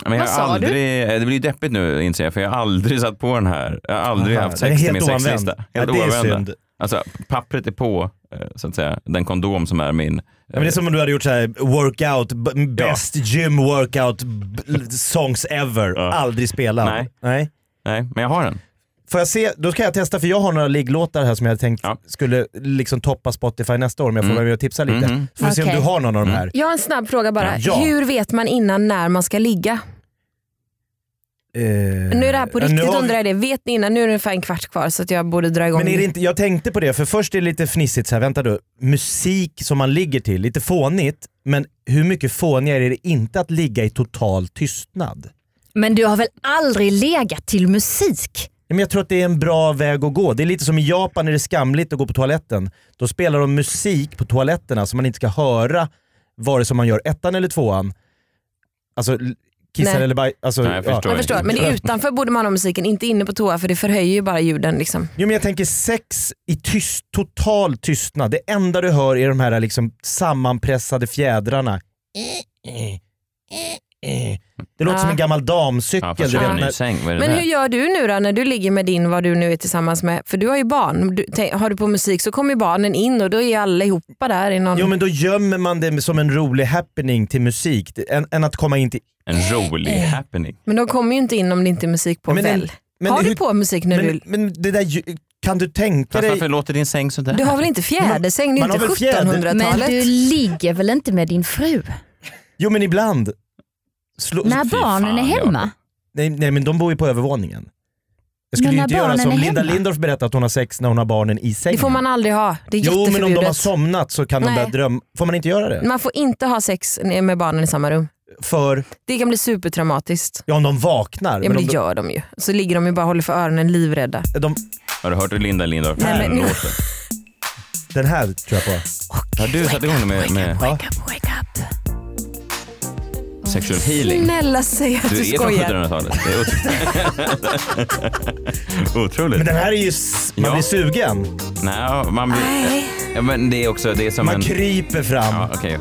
D: jag
H: Vad
D: har
H: sa
D: aldrig, eh, Det blir ju deppigt nu inser jag, för jag har aldrig satt på den här. Jag har aldrig
E: Aha,
D: haft
E: den är
D: sex i
E: helt
D: min
E: oanvänd.
D: sexlista.
E: Ja,
D: Helt
E: det är
D: oanvända.
E: synd.
D: Alltså pappret är på, eh, så att säga, den kondom som är min.
E: Ja, men det är som om du hade gjort så här workout, b- best gym workout b- songs ever.
D: Ja.
E: Aldrig spelad.
D: Nej. Eh, Nej, men jag har den.
E: Får jag se, då kan jag testa för jag har några ligglåtar här som jag tänkt
D: Ja.
E: skulle liksom toppa Spotify nästa år om jag får
D: Mm.
E: vara med och tipsa lite.
D: Mhm.
E: Så får vi se om
G: Okej.
E: du har någon av de här.
H: Jag har en snabb fråga bara.
E: Ja.
H: Hur vet man innan när man ska ligga?
E: Eh,
H: Nu är det här på
E: ja,
H: riktigt
E: Eh, har vi-
H: undrar jag det. Vet ni innan? Nu är det ungefär en kvart kvar så att jag borde dra igång.
E: Men är det inte, jag tänkte på det, för först är det lite fnissigt så här, vänta du, musik som man ligger till, lite fånigt, men hur mycket fånigare är det inte att ligga i total tystnad?
G: Men du har väl aldrig legat till musik?
E: Ja, Men jag tror att det är en bra väg att gå. Det är lite som i Japan när det är skamligt att gå på toaletten. Då spelar de musik på toaletterna som man inte ska höra vare sig man gör ettan eller tvåan. Alltså l- kissar
H: Nej.
E: eller baj... Alltså,
D: Nej, jag förstår.
E: ja.
H: jag förstår, men det är utanför borde man ha musiken, inte inne på toa för det förhöjer ju bara ljuden. Liksom.
E: Jo men jag tänker sex i tyst, total tystnad. Det enda du hör är de här liksom sammanpressade fjädrarna. Det låter
H: Ja.
E: som en gammal damcykel.
D: Ja,
E: du
D: fast jag
E: vet,
D: har en
E: när-
D: ny säng. Vad är det
H: Men
D: där?
H: hur gör du nu då när du ligger med din, vad du nu är tillsammans med? För du har ju barn. Du, tänk, har du på musik så kommer ju barnen in och då är allihopa där i någon...
E: Jo men då gömmer man det som en rolig happening till musik. Det- Än, än att komma in till...
D: En rolig
H: Eh.
D: happening.
H: Men de kommer ju inte in om det inte är musik på
E: Men en-
H: väl?
E: men
H: har
E: hur-
H: du på musik när
E: Men,
H: du...
E: men det där, ju- kan du tänka
D: Fast
E: dig...
D: varför låter din säng sådär?
H: Du har väl inte fjädersäng? Det är
E: Man
H: inte
E: har väl fjäder-
H: 1700-talet?
G: Men du ligger väl inte med din fru?
E: Jo men ibland. Slå,
G: När
D: fy
G: barnen är
D: fan,
G: hemma?
E: nej, nej men de bor ju på övervåningen. Jag skulle
G: Men
E: ju
G: när
E: inte göra
G: barnen
E: som
G: är
E: Linda
G: hemma?
E: Lindorff berättar att hon har sex när hon har barnen i sängen.
H: Det får man aldrig ha. Det är
E: jo men om de har
H: jätteförbjudet.
E: somnat så kan de
H: Nej.
E: där dröm... Får man inte göra det?
H: Man får inte ha sex med barnen i samma rum.
E: För,
H: Det kan bli supertraumatiskt.
E: ja om de vaknar.
H: Ja, men det
E: om
H: gör de ju. Så ligger de ju bara och håller för öronen livrädda.
E: de, de,
D: Har du hört det Linda Lindorff?
H: Nej, men-
D: Den låten.
E: den här tror jag
H: Oh
E: på.
D: Har du satt igång med, med
G: Wake up, wake up.
D: sexual healing?
H: Snälla säg att du,
D: Du är från
H: skojar.
D: 1700-talet. Det är otroligt. otroligt.
E: Men den här är ju... s- Man
D: Ja.
E: blir sugen.
D: Nej, man blir... Ja, men det är också det är som
E: Man
D: en...
E: kryper fram,
D: Ja, okej.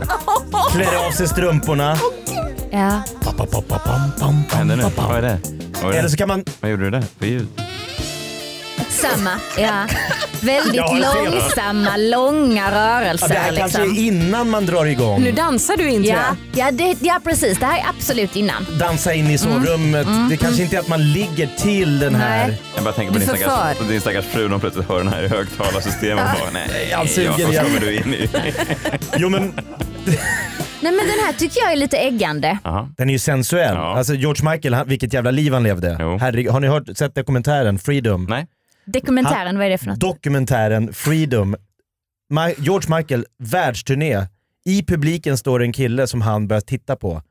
E: klär av sig
H: Oh.
E: strumporna.
G: Ja.
D: Vad hände nu? Vad är det? Vad, är
E: Eller
D: det?
E: så kan man...
D: Vad gjorde du där för ljud?
G: Samma. Ja. Väldigt
E: Ja, det är det.
G: långsamma, långa
E: Ja, det
G: rörelser.
E: här kanske är
G: liksom.
E: innan man drar igång.
H: Nu dansar du in tror
G: ja.
H: jag.
G: Ja, det, ja, precis. Det här är absolut innan.
E: Dansa in
H: Mm.
E: i sovrummet. Det kanske inte är att man ligger till den här...
G: Nej.
D: Jag bara tänker på
H: Du
D: din stackars,
H: förför.
D: på din stackars fru när hon plötsligt hör den här i högtalarsystemet och bara nej,
E: Han suger
D: Jakob,
E: igen.
D: kommer du in i.
E: Jo men
G: Nej, men den här tycker jag är lite äggande.
D: Aha.
E: den är ju sensuell.
D: Ja.
E: Alltså George Michael, han, vilket jävla liv han levde.
D: Jo.
E: Herregud, har ni hört, sett dokumentären Freedom?
D: Nej.
G: Dokumentären, vad är det för något?
E: Dokumentären Freedom. Ma- George Michael, världsturné. I publiken står en kille som han börjar titta på.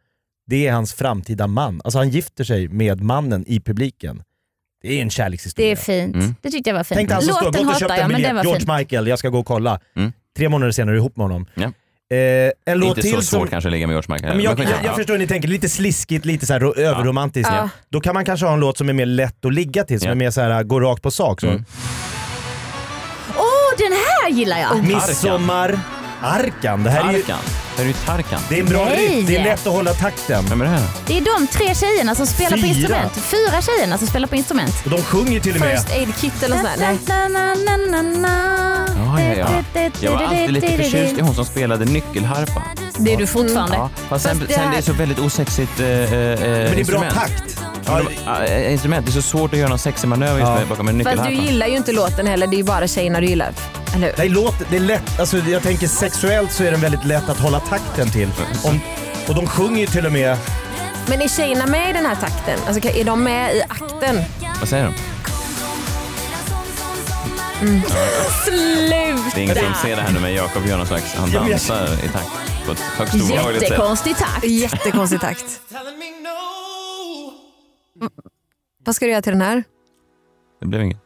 E: Det är hans framtida man. Alltså han gifter sig med mannen i publiken. Det är en
G: Det är
E: kärlekshistoria.
G: fint.
D: Mm.
G: Det tyckte jag var fint.
E: Tänk dig han som står,
G: Låten
E: gått och köpt
G: hatar jag,
E: en
G: men den var
E: biljett.
G: fin.
E: George Michael, jag ska gå och kolla.
D: Mm.
E: Tre månader senare är ihop med honom.
D: Ja.
E: Eh, en låt
D: Inte så
E: till
D: svårt
E: som,
D: kanske att ligga med George Michael.
E: Ja, Men jag, jag,
D: skitsamma.
E: jag förstår hur ni tänker, lite sliskigt, lite så här ro- överromantiskt.
H: Ja.
E: Då kan man kanske ha en låt som är mer lätt att ligga till, som
D: Ja.
E: är mer så här, gå rakt på sak. Så.
D: Mm.
G: Åh, den här gillar jag!
E: Oh. Midsommar, Arkan. Det här är ju,
D: Tarkan. Det är ju Tarkan.
E: det är en bra
G: Nej.
E: rytm, det är lätt att hålla takten.
D: Vem är det här?
G: Det är de tre tjejerna som spelar på
E: Fyra.
G: instrument. Fyra tjejerna som spelar på instrument.
E: Och de sjunger till och med.
H: First aid kit eller sånt där. Nej.
D: Ja, ja, ja. Jag var alltid lite förtjust i hon som spelade nyckelharpa.
G: Det är du fortfarande.
D: Ja, fast sen,
H: Fast det
D: sen det är
H: här-
D: så väldigt osexigt eh, eh,
E: Men det är bra
D: instrument.
E: takt.
D: Ja, det- eh, instrument. Det är så svårt att göra någon sexig manöver just
E: Ja.
D: med bakom en
H: Fast
D: nyckelharpa.
H: du gillar ju inte låten heller. Det är ju bara tjejerna du gillar. Eller hur?
E: Det är, låt, det är lätt, alltså jag tänker sexuellt så är den väldigt lätt att hålla takten till. Om, och de sjunger ju till och med.
H: Men är tjejerna med i den här takten? Alltså, kan- är de med i akten?
D: Vad säger de?
H: Sluta!
D: Det är ingen som ser det här nu men Jakob gör någon slags... Han
E: Ja, men jag-
D: dansar i takt på ett högst olagligt sätt.
G: Jättekonstig takt.
H: Jättekonstig takt. Mm. Vad ska du göra till den här?
D: Det blev inget.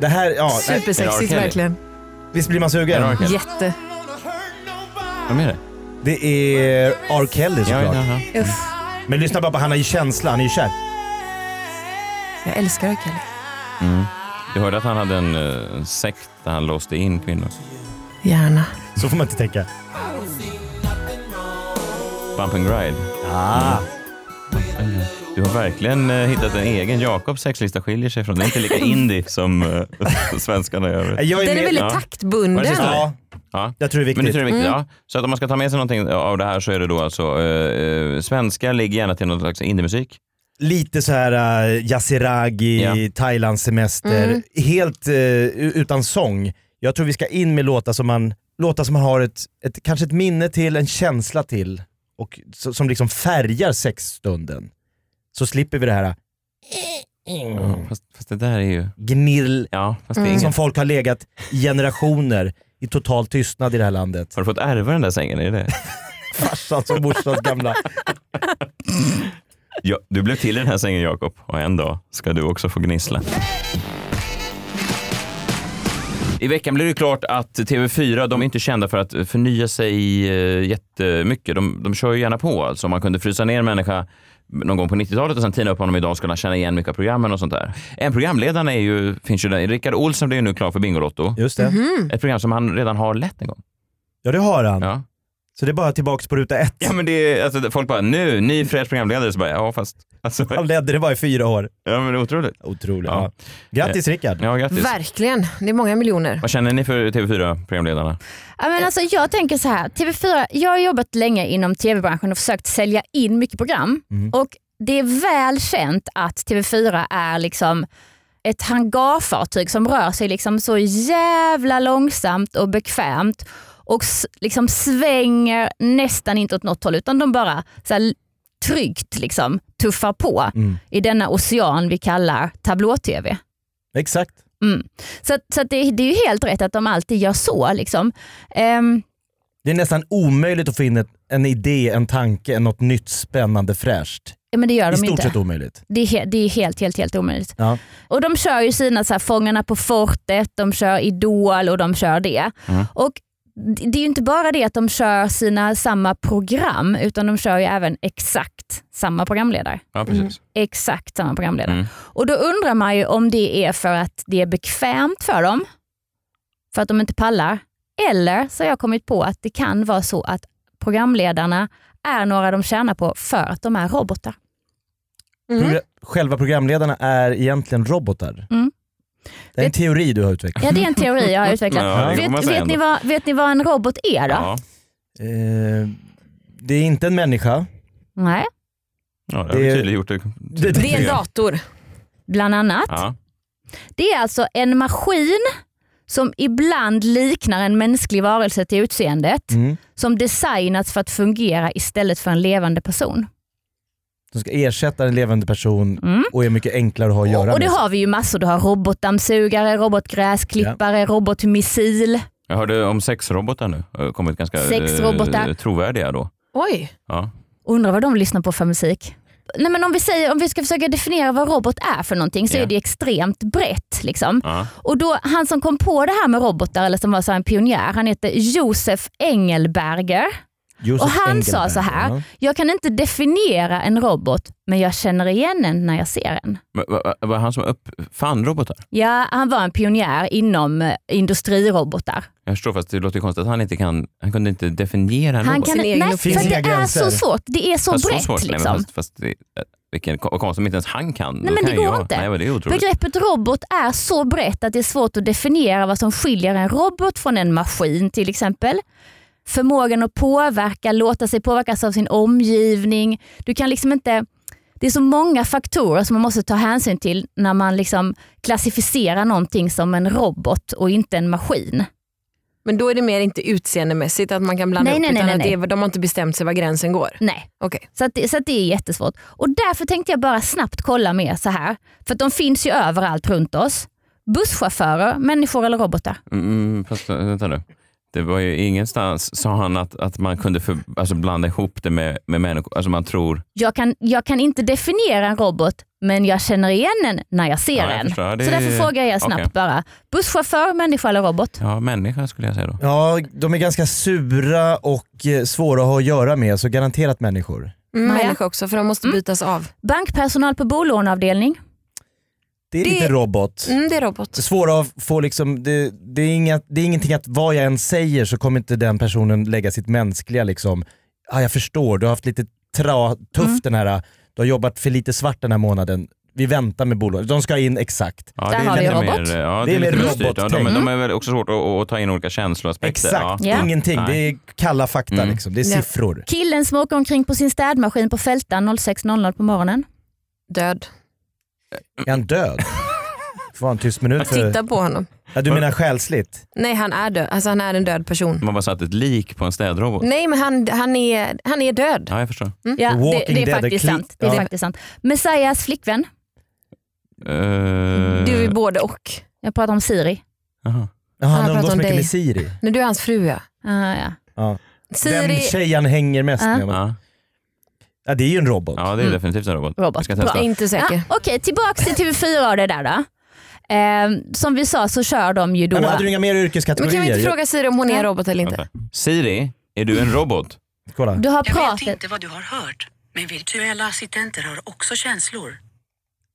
E: Det här, ja, nej,
D: Är det R.
H: Supersexigt
D: Kelly? Mm.
H: verkligen.
E: visst blir man sugen?
D: Kelly?
H: Jätte.
D: Vem är det?
E: Det är R. Kelly
D: Ja,
E: såklart.
D: ja, ja.
H: Uff.
E: Men lyssna bara på, han har ju känsla, han är ju kär.
H: Jag älskar R. Kelly.
D: Du hörde att han hade en eh, en sekt där han låste in kvinnor.
H: Gärna.
E: Så får man inte tänka.
D: Bump and Grind.
E: Ah.
D: Du har verkligen eh, hittat en egen. Jakobs sexlista skiljer sig från den. är inte lika indie som eh, svenskarna gör.
E: Jag
H: Den är
E: med-
H: väldigt
D: Ja. Var
H: taktbunden.
D: det sista?
E: Ja,
D: Ja.
E: jag tror det är
D: Men
E: viktigt.
D: det tror jag är viktigt. Ja. Så att om man ska ta med sig någonting av det här så är det då alltså eh, eh, svenskar ligger gärna till någon slags indiemusik.
E: Lite så här uh, Yasiragi,
D: Ja.
E: Thailandssemester, helt eh, u- utan sång. Jag tror vi ska in med låtar som man, låtar som man har ett, ett, kanske ett minne till, en känsla till och så, som liksom färgar sexstunden. Så slipper vi det här äh,
D: Ja, fast, fast det där är ju...
E: gnill
D: Ja, fast det är
E: som
D: inget.
E: folk har legat i generationer i total tystnad i det här landet.
D: Har du fått ärva den där sängen? Är det det?
E: Farsans och morsans gamla.
D: Ja, du blev till i den här sängen Jakob och en dag ska du också få gnissla. I veckan blev det klart att TV4, de är inte kända för att förnya sig eh, jättemycket. De, de kör ju gärna på. Alltså, om man kunde frysa ner en människa någon gång på 90-talet och sen tina upp honom idag skulle han känna igen mycket av programmen och sånt där. En programledare är ju, finns ju där. Rickard Olsson blev ju nu klar för Bingolotto.
E: Just det.
D: Ett program som han redan har lett en gång.
E: Ja det har han.
D: Ja,
E: Så det är bara tillbaks på ruta ett.
D: ja men det är, alltså, folk bara nu, ny fräsch programledare. Så bara, ja fast, alltså,
E: Han ledde det bara i fyra år.
D: ja men det är otroligt.
E: Otroligt.
D: Ja.
E: Ja. Eh. Grattis Rickard.
D: Ja, grattis.
H: Verkligen. Det är många miljoner.
D: Vad känner ni för TV4-programledarna?
G: Ja, men alltså, jag tänker så här, TV4, jag har jobbat länge inom tv-branschen och försökt sälja in mycket program. Och Det är väl känt att TV4 är liksom ett hangarfartyg som rör sig liksom så jävla långsamt och bekvämt och s- liksom svänger nästan inte åt något håll utan de bara så här tryggt liksom tuffar på i denna ocean vi kallar tablå-tv.
E: Exakt.
G: Mm. Så, att- så att det, det är ju helt rätt att de alltid gör så. Liksom. Ehm,
E: Det är nästan omöjligt att få in ett, en idé, en tanke, något nytt spännande fräscht.
G: ja, men det gör
E: I
G: de
E: stort
G: inte.
E: sett omöjligt.
G: Det är, he- det är helt, helt, helt omöjligt.
E: Ja.
G: Och de kör ju sina så här, Fångarna på fortet, de kör Idol och de kör det.
E: Mm.
G: Och d- det är ju inte bara det att de kör sina samma program utan de kör ju även exakt samma programledare.
D: Ja, precis.
G: Exakt samma programledare.
D: Mm.
G: Och då undrar man ju om det är för att det är bekvämt för dem, för att de inte pallar. Eller så har jag kommit på att det kan vara så att programledarna är några de tjänar på för att de är robotar.
H: Mm.
E: Progra- Själva programledarna är egentligen robotar.
G: Mm.
E: Det är en teori du har utvecklat.
G: Ja, det är en teori jag har utvecklat.
D: Ja, det får man
G: vet,
D: säga ändå.
G: vet, ni vad, vet ni vad en robot är då?
D: Ja.
E: Eh, det är inte en människa.
G: Nej,
D: Ja, det har vi
E: Det-
D: tydliggjort. Det.
H: Det är en dator.
G: bland annat.
D: Ja.
G: Det är alltså en maskin som ibland liknar en mänsklig varelse till utseendet
E: Mm.
G: som designats för att fungera istället för en levande person.
E: Som ska ersätta en levande person
G: Mm.
E: och är mycket enklare att ha att göra
G: Och det
E: med.
G: har vi ju massor. Du har robotdammsugare, robotgräsklippare, robotmissil.
D: Jag hörde om sexrobotar nu. Det har kommit ganska
G: Sexrobotar.
D: eh, trovärdiga då.
H: Oj.
D: Ja.
G: Undrar vad de lyssnar på för musik. Nej, men om, vi säger, om vi ska försöka definiera vad robot är för någonting så
D: Ja.
G: är det extremt brett. Liksom.
D: Ja.
G: Och då, Han som kom på det här med robotar, eller som var så här en pionjär, han heter Josef Engelberger.
E: Josef
G: Och han
E: Engelberg,
G: sa så här,
E: ja.
G: jag kan inte definiera en robot, men jag känner igen en när jag ser en.
D: Men va- va- Var han som uppfann robotar?
G: Ja, han var en pionjär inom eh, industrirobotar.
D: Jag förstår, fast det låter ju konstigt att han inte kan, han kunde inte definiera en
G: Han
D: robot.
G: kan,
H: Sin
G: nej,
H: egen
G: för
H: uppfinning.
G: att
E: Sina
G: det är så
E: gränser.
G: svårt. Det är så
D: Fast
G: brett.
D: svårt. Nej, men
G: liksom.
D: fast, fast det, eh, vilken ko- konstigt om inte ens han kan. Då
G: men
D: kan
G: det
D: ju
G: går
D: jag.
G: inte.
D: Nej, men det är otroligt.
G: Begreppet robot är så brett att det är svårt att definiera vad som skiljer en robot från en maskin till exempel. Förmågan att påverka, låta sig påverkas av sin omgivning. Du kan liksom inte... Det är så många faktorer som man måste ta hänsyn till när man liksom klassificerar någonting som en robot och inte en maskin.
H: Men då är det mer inte utseendemässigt att man kan blanda
G: Nej,
H: upp
G: nej,
H: utan
G: nej,
H: att
G: nej,
H: det är, de har inte bestämt sig var gränsen går.
G: Nej,
H: Okej.
G: Så, att det, så att det är jättesvårt. Och därför tänkte jag bara snabbt kolla med er så här. För att de finns ju överallt runt oss. Busschaufförer, människor eller robotar.
D: Mm, fast, eh, vänta nu. Det var ju ingenstans sa han att, att man kunde för, alltså blanda ihop det med, med människor. Alltså man tror...
G: Jag kan, jag kan inte definiera en robot, men jag känner igen den när jag ser
D: Ja, jag
G: den.
D: förstår. Ja, det
G: Så
D: är-
G: därför frågar jag snabbt
D: okej.
G: bara. Busschaufför, människa eller robot?
D: Ja, människa skulle jag säga då.
E: Ja, de är ganska sura och eh, svåra att ha att göra med, så garanterat människor.
H: Mm,
G: Maja?
H: människa också för de måste bytas av.
G: Bankpersonal på bolåneavdelning?
E: Det är
H: Det-
E: lite robot.
H: Mm, det är robot.
E: Svåra att få liksom, det, det, är inga, det är ingenting att vad jag än säger så kommer inte den personen lägga sitt mänskliga liksom, ah, jag förstår, du har haft lite tra, tufft den här, ah, du har jobbat för lite svart den här månaden, vi väntar med bolaget, de ska in exakt.
D: Ja,
G: Där
D: det är
G: har vi
D: lite
G: robot. Mm.
D: Mer, ja,
E: Det
D: det
E: är
D: är lite
E: mer
D: mer styrt. Ja, de,
E: robottänk.
D: de är väl också svårt att, att ta in olika känsloaspekter.
E: Exakt,
D: Ja.
E: ingenting,
D: Nej.
E: det är kalla fakta
D: Mm.
E: liksom, det är
H: Ja.
E: siffror.
G: Killen som åker omkring på sin städmaskin på Fältan 06.00 på morgonen?
H: Död.
E: Är han död? Det var en tyst minut för...
H: Titta på honom.
E: Ja, du menar själsligt?
H: Nej han är död. Alltså han är en död person.
E: Mm.
D: Man bara satt ett lik på en städrobot.
G: Mm.
H: Nej men han, han, är, han är död.
D: Ja, jag förstår.
E: Mm.
G: Ja, det,
E: Walking
G: det
E: Dead
G: är
E: är
G: faktiskt
E: klick-
G: sant. Det är
E: Ja.
G: faktiskt sant. Messias flickvän? Mm.
E: Mm.
D: Eh,
H: Du är både och.
G: Jag pratar om Siri.
D: jaha.
E: Ja, han,
H: Han pratar
E: umgås
H: om
E: mycket
H: dig.
E: med Siri.
H: Nej, du är hans fru ja.
G: Ah, ja.
E: Ja. Den
H: Siri,
E: tjej han hänger mest
G: Ja.
E: med.
D: Ja.
E: Ja, det är ju en robot.
D: ja, det är definitivt en robot.
G: Mm. Robot.
D: Vi ska
G: Bra.
D: testa.
H: jag är inte säker.
G: Ah, Okej, tillbaks till TV4 och det där då. Eh, som vi sa så kör de ju då...
E: Nej, men hade du inga mer
H: men
E: yrkeskategorier?
H: kan vi inte
E: Jag-
H: fråga Siri om hon är robot eller inte?
D: Vänta. Siri, är du en robot?
E: Kolla.
G: Du har
K: Jag vet
G: pratat...
K: inte vad du har hört, men virtuella assistenter har också känslor.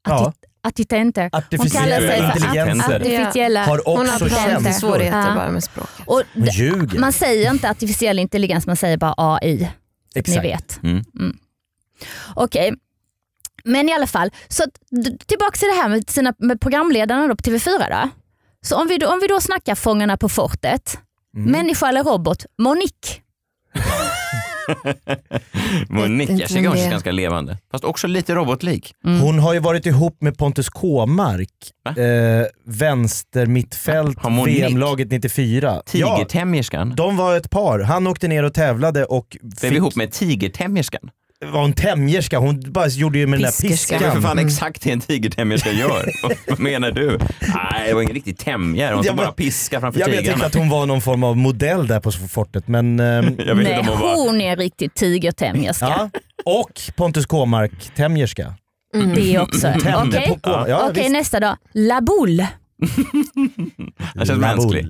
E: Ja.
G: Attitenter. Hon
E: Artificiella
G: kallar sig för
D: intelligenser.
G: artificiella...
E: Har
H: Hon har
E: också
G: pratat
H: lite
E: känslor.
H: svårigheter
G: Ja.
H: bara med språket.
G: Och
E: Hon
G: d-
E: ljuger.
G: man säger inte artificiell intelligens, man säger bara AI. Ni
E: Exakt.
G: vet.
D: Mm.
G: Okej. Men i alla fall, så att- d- tillbaka till det här med, sina, med programledarna då på TV4. Då. Så om vi, då, om vi då snackar Fångarna på fortet, människa eller robot, Monique.
D: Monique,
H: inte
D: jag
H: vem
D: tycker hon
H: det är.
D: känns ganska levande. Fast också lite robotlik.
G: Mm.
E: Hon har ju varit ihop med Pontus Kåmark,
D: Va?
E: eh, vänster mittfält,
D: Har Monique-
E: VM-laget 94. Ja,
D: Tigertämjerskan.
E: de var ett par. Han åkte ner och tävlade och
D: Blev vi
E: fick...
D: ihop med tigertämjerskan?
E: var hon tämjerska? Hon bara gjorde ju med den där
D: Det
E: piskan.
D: är för fan exakt det en tigertämjerska
G: Mm.
D: gör. Vad menar du? Nej, det var ingen riktig tämjare. Hon
E: Ja,
D: tog
E: men-
D: bara piska framför
E: Ja, men jag
D: tigrarna.
E: tänkte att hon var någon form av modell där på fortet men... ehm,
D: Jag vet inte
G: Nej,
D: om hon var...
G: hon är en riktig tigertämjerska.
E: ja. Och Pontus Kåmark, tämjerska.
G: Mm. Det också. Okej,
E: Tänder på Kåmark. Ja,
G: Mm. Okej,
E: visst.
G: nästa då. La boule.
D: Han känns mänsklig.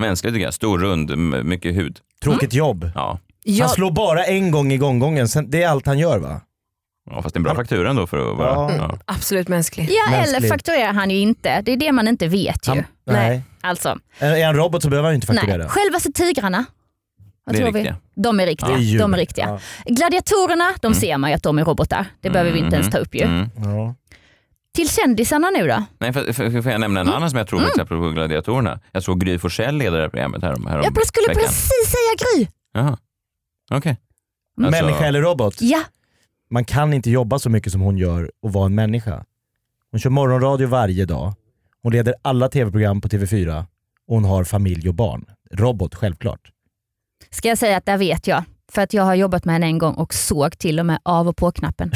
D: Mänsklig tycker jag. Stor, rund, m- mycket hud.
E: Tråkigt
G: Mm.
E: jobb.
D: Ja.
E: Han
H: Jag,
E: slår bara en gång i gånggången, sen, det är allt han gör va?
D: ja, fast det är en bra faktura ändå för att vara...
E: Ja.
D: Ja.
H: absolut mänsklig.
G: Ja,
E: Mänsklig.
G: eller fakturerar han ju inte. Det är det man inte vet ju.
E: Han- nej.
G: Alltså,
E: Är är han robot så behöver han ju inte
G: nej.
E: fakturera.
G: Självaste tigrarna. Vad
D: Det är
G: tror vi?
D: riktiga.
G: De är
E: Det
G: riktiga.
E: är djur.
G: De är riktiga.
E: Ja.
G: Gladiatorerna, de ser man ju att de är robotar. Det behöver vi inte ens ta upp ju.
D: Mm.
E: Ja.
G: Till kändisarna nu då?
D: Nej, för, för, för, får jag nämna en annan som jag tror, mm. exempel på gladiatorerna? Jag såg Gry Forssell leda det här programmet härom, härom
G: Jag skulle
D: veckan.
G: precis säga Gry.
D: Jaha. Okej. Alltså-
E: Människa eller robot?
G: Ja,
E: Man kan inte jobba så mycket som hon gör och vara en människa. Hon kör morgonradio varje dag. Hon leder alla tv-program på TV4 och hon har familj och barn. Robot, självklart.
G: ska jag säga att där vet jag. För att jag har jobbat med henne en gång och såg till och med av och på-knappen.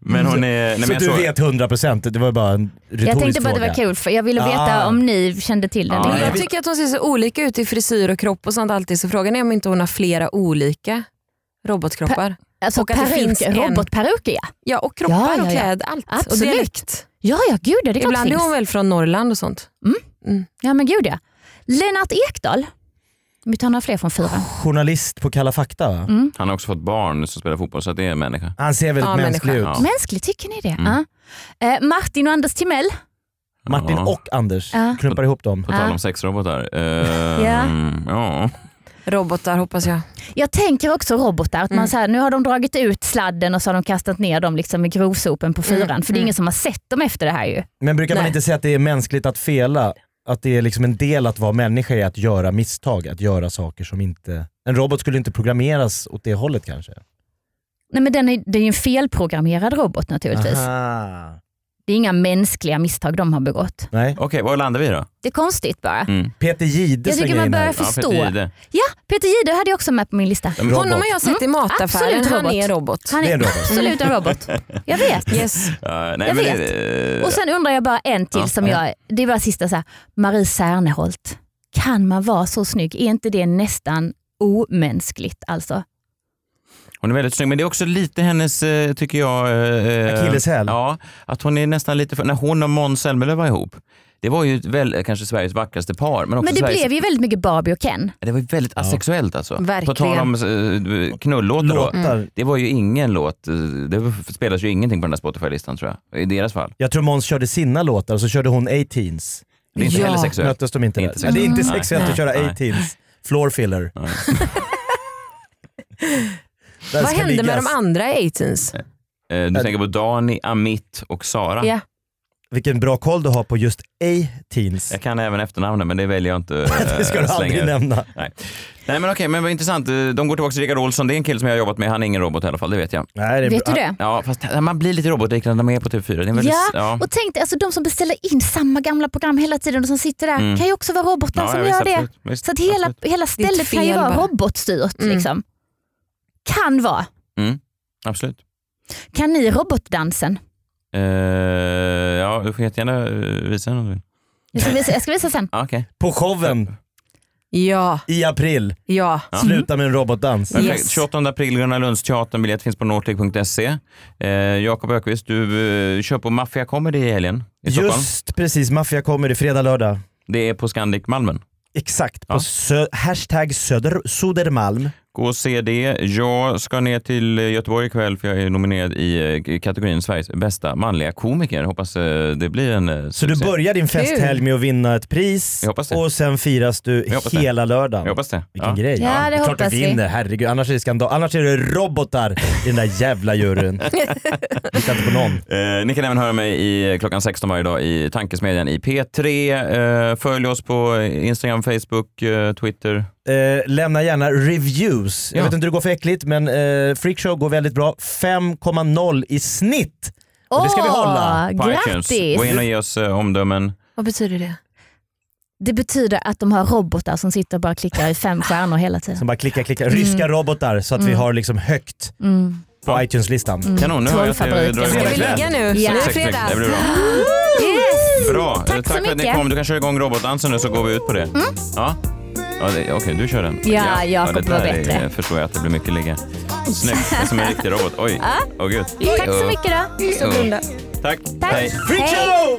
D: Men hon är... Nej, men
E: Mm. så
D: jag
E: du
D: såg-
E: vet 100%, det var bara en retorisk
G: Jag tänkte bara att
E: fråga.
G: det var kul för jag ville veta
E: Ah.
G: om ni kände till den.
D: Ja,
H: Men
G: Ja,
H: jag tycker att hon ser så olika ut i frisyr och kropp och sånt alltid så frågan är om inte hon har flera olika robotkroppar.
G: alltså
H: och att det finns
G: peruker,
H: en-
G: robotperuker ja.
H: Ja och kroppar
G: Ja, ja,
H: och
G: ja.
H: kläd, allt. Och
G: Absolut.
H: dialekt.
G: Ja, ja gud ja, det är klart
H: Ibland
G: det
H: är hon
G: finns.
H: väl från Norrland och sånt.
G: Ja men gud ja. Lennart Ekdal. Om vi tar några fler från fyran.
E: Journalist på Kalla fakta
G: Mm.
E: va?
D: Han har också fått barn som spelar fotboll, så att det är en människa.
E: Han ser väldigt
H: Ja,
E: mänsklig ut.
H: människa.
D: Ja.
G: Mänsklig, tycker ni det? Ja. Eh, Martin och Anders Timell.
E: Martin
D: Ja.
E: och Anders
G: Ja.
E: klumpar ihop dem.
D: På tal om sexrobotar. Uh,
G: Ja.
D: ja.
H: Robotar hoppas jag.
G: Jag tänker också robotar. Att man så här, nu har de dragit ut sladden och så har de kastat ner dem liksom i grovsopen på fyran. För det är ingen som har sett dem efter det här ju.
E: Men brukar man
H: Nej.
E: inte säga att det är mänskligt att fela? Att det är liksom en del att vara människa är att göra misstag, att göra saker som inte... En robot skulle inte programmeras åt det hållet kanske?
G: Nej, men den är, det är ju en felprogrammerad robot naturligtvis.
E: Aha.
G: Det är inga mänskliga misstag de har begått.
E: Nej.
D: Okej, var landar vi då?
G: Det är konstigt bara.
D: Mm.
E: Peter Jihde
G: Jag tycker
E: slänger
G: man
E: in här.
G: börjar
D: Ja,
G: förstå.
D: Peter Jihde.
G: Ja, Peter Jihde hade jag också med på min lista.
E: Robot.
H: Honom har jag sett i mataffären,
G: absolut
H: han
G: robot.
H: är en robot.
G: Han
E: Det är
G: är,
E: en robot.
G: absolut en robot. Jag vet.
H: Yes.
D: Ja, nej,
G: Jag
D: men
G: vet.
D: Det,
G: Och sen undrar jag bara en till
D: Eh, Ja,
G: som jag, det var sista så här, Marie Serneholt. Kan man vara så snygg? Är inte det nästan omänskligt alltså?
D: hon är väldigt snygg, men det är också lite hennes, eh, tycker jag... eh,
E: Akilleshäl.
D: Ja, att hon är nästan lite för... När hon och Måns Zelmerlöw var ihop, det var ju ett väl, kanske Sveriges vackraste par. Men, också
G: Men det
D: Sveriges,
G: blev ju väldigt mycket Barbie och Ken.
D: det var ju väldigt asexuellt alltså. På
H: Verkligen.
D: tal om eh, knullåtar då.
E: Låtar.
D: Det var ju ingen låt, eh, det spelas ju ingenting på den där Spotify-listan tror jag. I deras fall.
E: Jag tror Måns körde sina låtar och så körde hon 18s.
D: Det är inte
H: Ja.
D: heller sexuellt.
E: Möttes de inte,
D: Inte
E: där? Men det är inte
D: sexuellt.
E: sexuellt
D: Nej.
E: att köra
D: Nej.
E: 18s. Floor filler.
D: Nej.
E: Där
H: Vad
E: ska
H: hände med
E: liggas.
H: de andra 18s?
D: Eh, Du tänker på Dani, Amit och Sara.
H: Ja.
E: Vilken bra koll du har på just 18s.
D: Jag kan även efternamnen men det väljer jag inte eh,
E: Det ska
D: slänga
E: du aldrig
D: ut.
E: nämna.
D: Nej. Nej men okej, men vad intressant. Eh, De går tillbaka till Rickard Olsson. Det är en kille som jag har jobbat med. Han är ingen robot i alla fall, det vet jag.
E: Nej, det är
G: Vet du
E: bra.
G: det?
D: Ja, fast man blir lite robotliknande när man är på TV4. Det är en väldigt,
G: Ja,
D: ja.
G: och tänk dig, alltså de som beställer in samma gamla program hela tiden och som sitter där kan ju också vara robotar
D: Mm. Ja,
G: som
D: ja,
G: gör
D: visst,
G: det.
D: absolut. Visst,
G: Så att hela,
D: absolut.
G: hela
H: är ett
G: stället kan ju
H: fel
G: vara
H: bara. Mm.
G: robotstyrt. Liksom. Kan vara.
D: Mm, absolut.
G: Kan ni robotdansen?
D: Eh, ja, du får jättegärna eh, visa den om du vill.
G: Jag ska visa, jag ska visa sen.
D: Ah, okej.
E: På showen
H: Ja,
E: i april.
H: ja.
E: Sluta med en robotdans.
D: Perfekt.
H: Yes.
D: 28 april, Gröna Lundsteatern. Biljett finns på nortic.se. Eh, Jakob Ökvist, du eh, kör på Mafia Comedy i helgen i Stockholm.
E: Just precis, Mafia kommer i fredag, lördag.
D: Det är på Scandic Malmen.
E: Exakt,
D: Ja.
E: på sö- hashtag söder- Södermalm.
D: Gå och se det. Jag ska ner till Göteborg ikväll för jag är nominerad i eh, kategorin Sveriges bästa manliga komiker. Hoppas eh, det blir en eh,
E: Så du
D: succé.
E: börjar din festhelg med att vinna ett pris
D: Jag hoppas det.
E: och sen firas du
D: Jag hoppas det.
E: hela lördagen.
D: Jag hoppas det.
E: Vilken
D: Ja.
E: grej.
G: Ja, det
E: är klart
G: hoppas
E: du
G: vi.
E: vinner, herregud. Annars är, det skandal. Annars är det robotar i den där jävla juryn. Litar inte på någon.
D: Eh, ni kan även höra mig i, eh, klockan 16 varje dag i Tankesmedjan i P3. Eh, följ oss på eh, Instagram, Facebook, eh, Twitter.
E: Eh, lämna gärna reviews. Jag
D: Ja.
E: vet inte hur det går för äckligt men eh, Freakshow går väldigt bra. 5,0 i snitt. Och det ska vi hålla.
G: Åh,
D: På iTunes. Gå in och
G: Grattis!
H: Mm.
D: ge oss eh, omdömen.
H: Vad betyder det?
G: Det betyder att de har robotar som sitter och bara klickar i fem stjärnor hela tiden.
E: Som bara klickar, klickar. Ryska
G: Mm.
E: robotar så att vi
G: Mm.
E: har liksom högt
G: Mm.
E: på iTunes-listan.
G: Mm.
D: Kanon, nu har jag att jag drar igång.
H: Ska vi lägga nu?
D: Sex,
H: Ja.
D: sex, sex,
H: Det är fredag.
D: Det blir bra.
G: Yes!
D: Bra. Eh,
G: Tack, så
D: för att ni
G: mycket. Mm.
D: kom. Du kan köra igång robotdansen nu så går vi ut på det. Ja. Ja, det- Okej, du kör den.
G: Ja, Jakob
D: det där
G: var bättre.
D: Är, förstår jag att det blir mycket ligga. Snyggt, det är som en riktig robot. Oj,
G: Ja.
D: åh gud.
G: Tack så
D: Ja.
G: mycket då.
D: Så Ja. blunda. Tack.
G: Tack.
D: Hej.
G: Hej.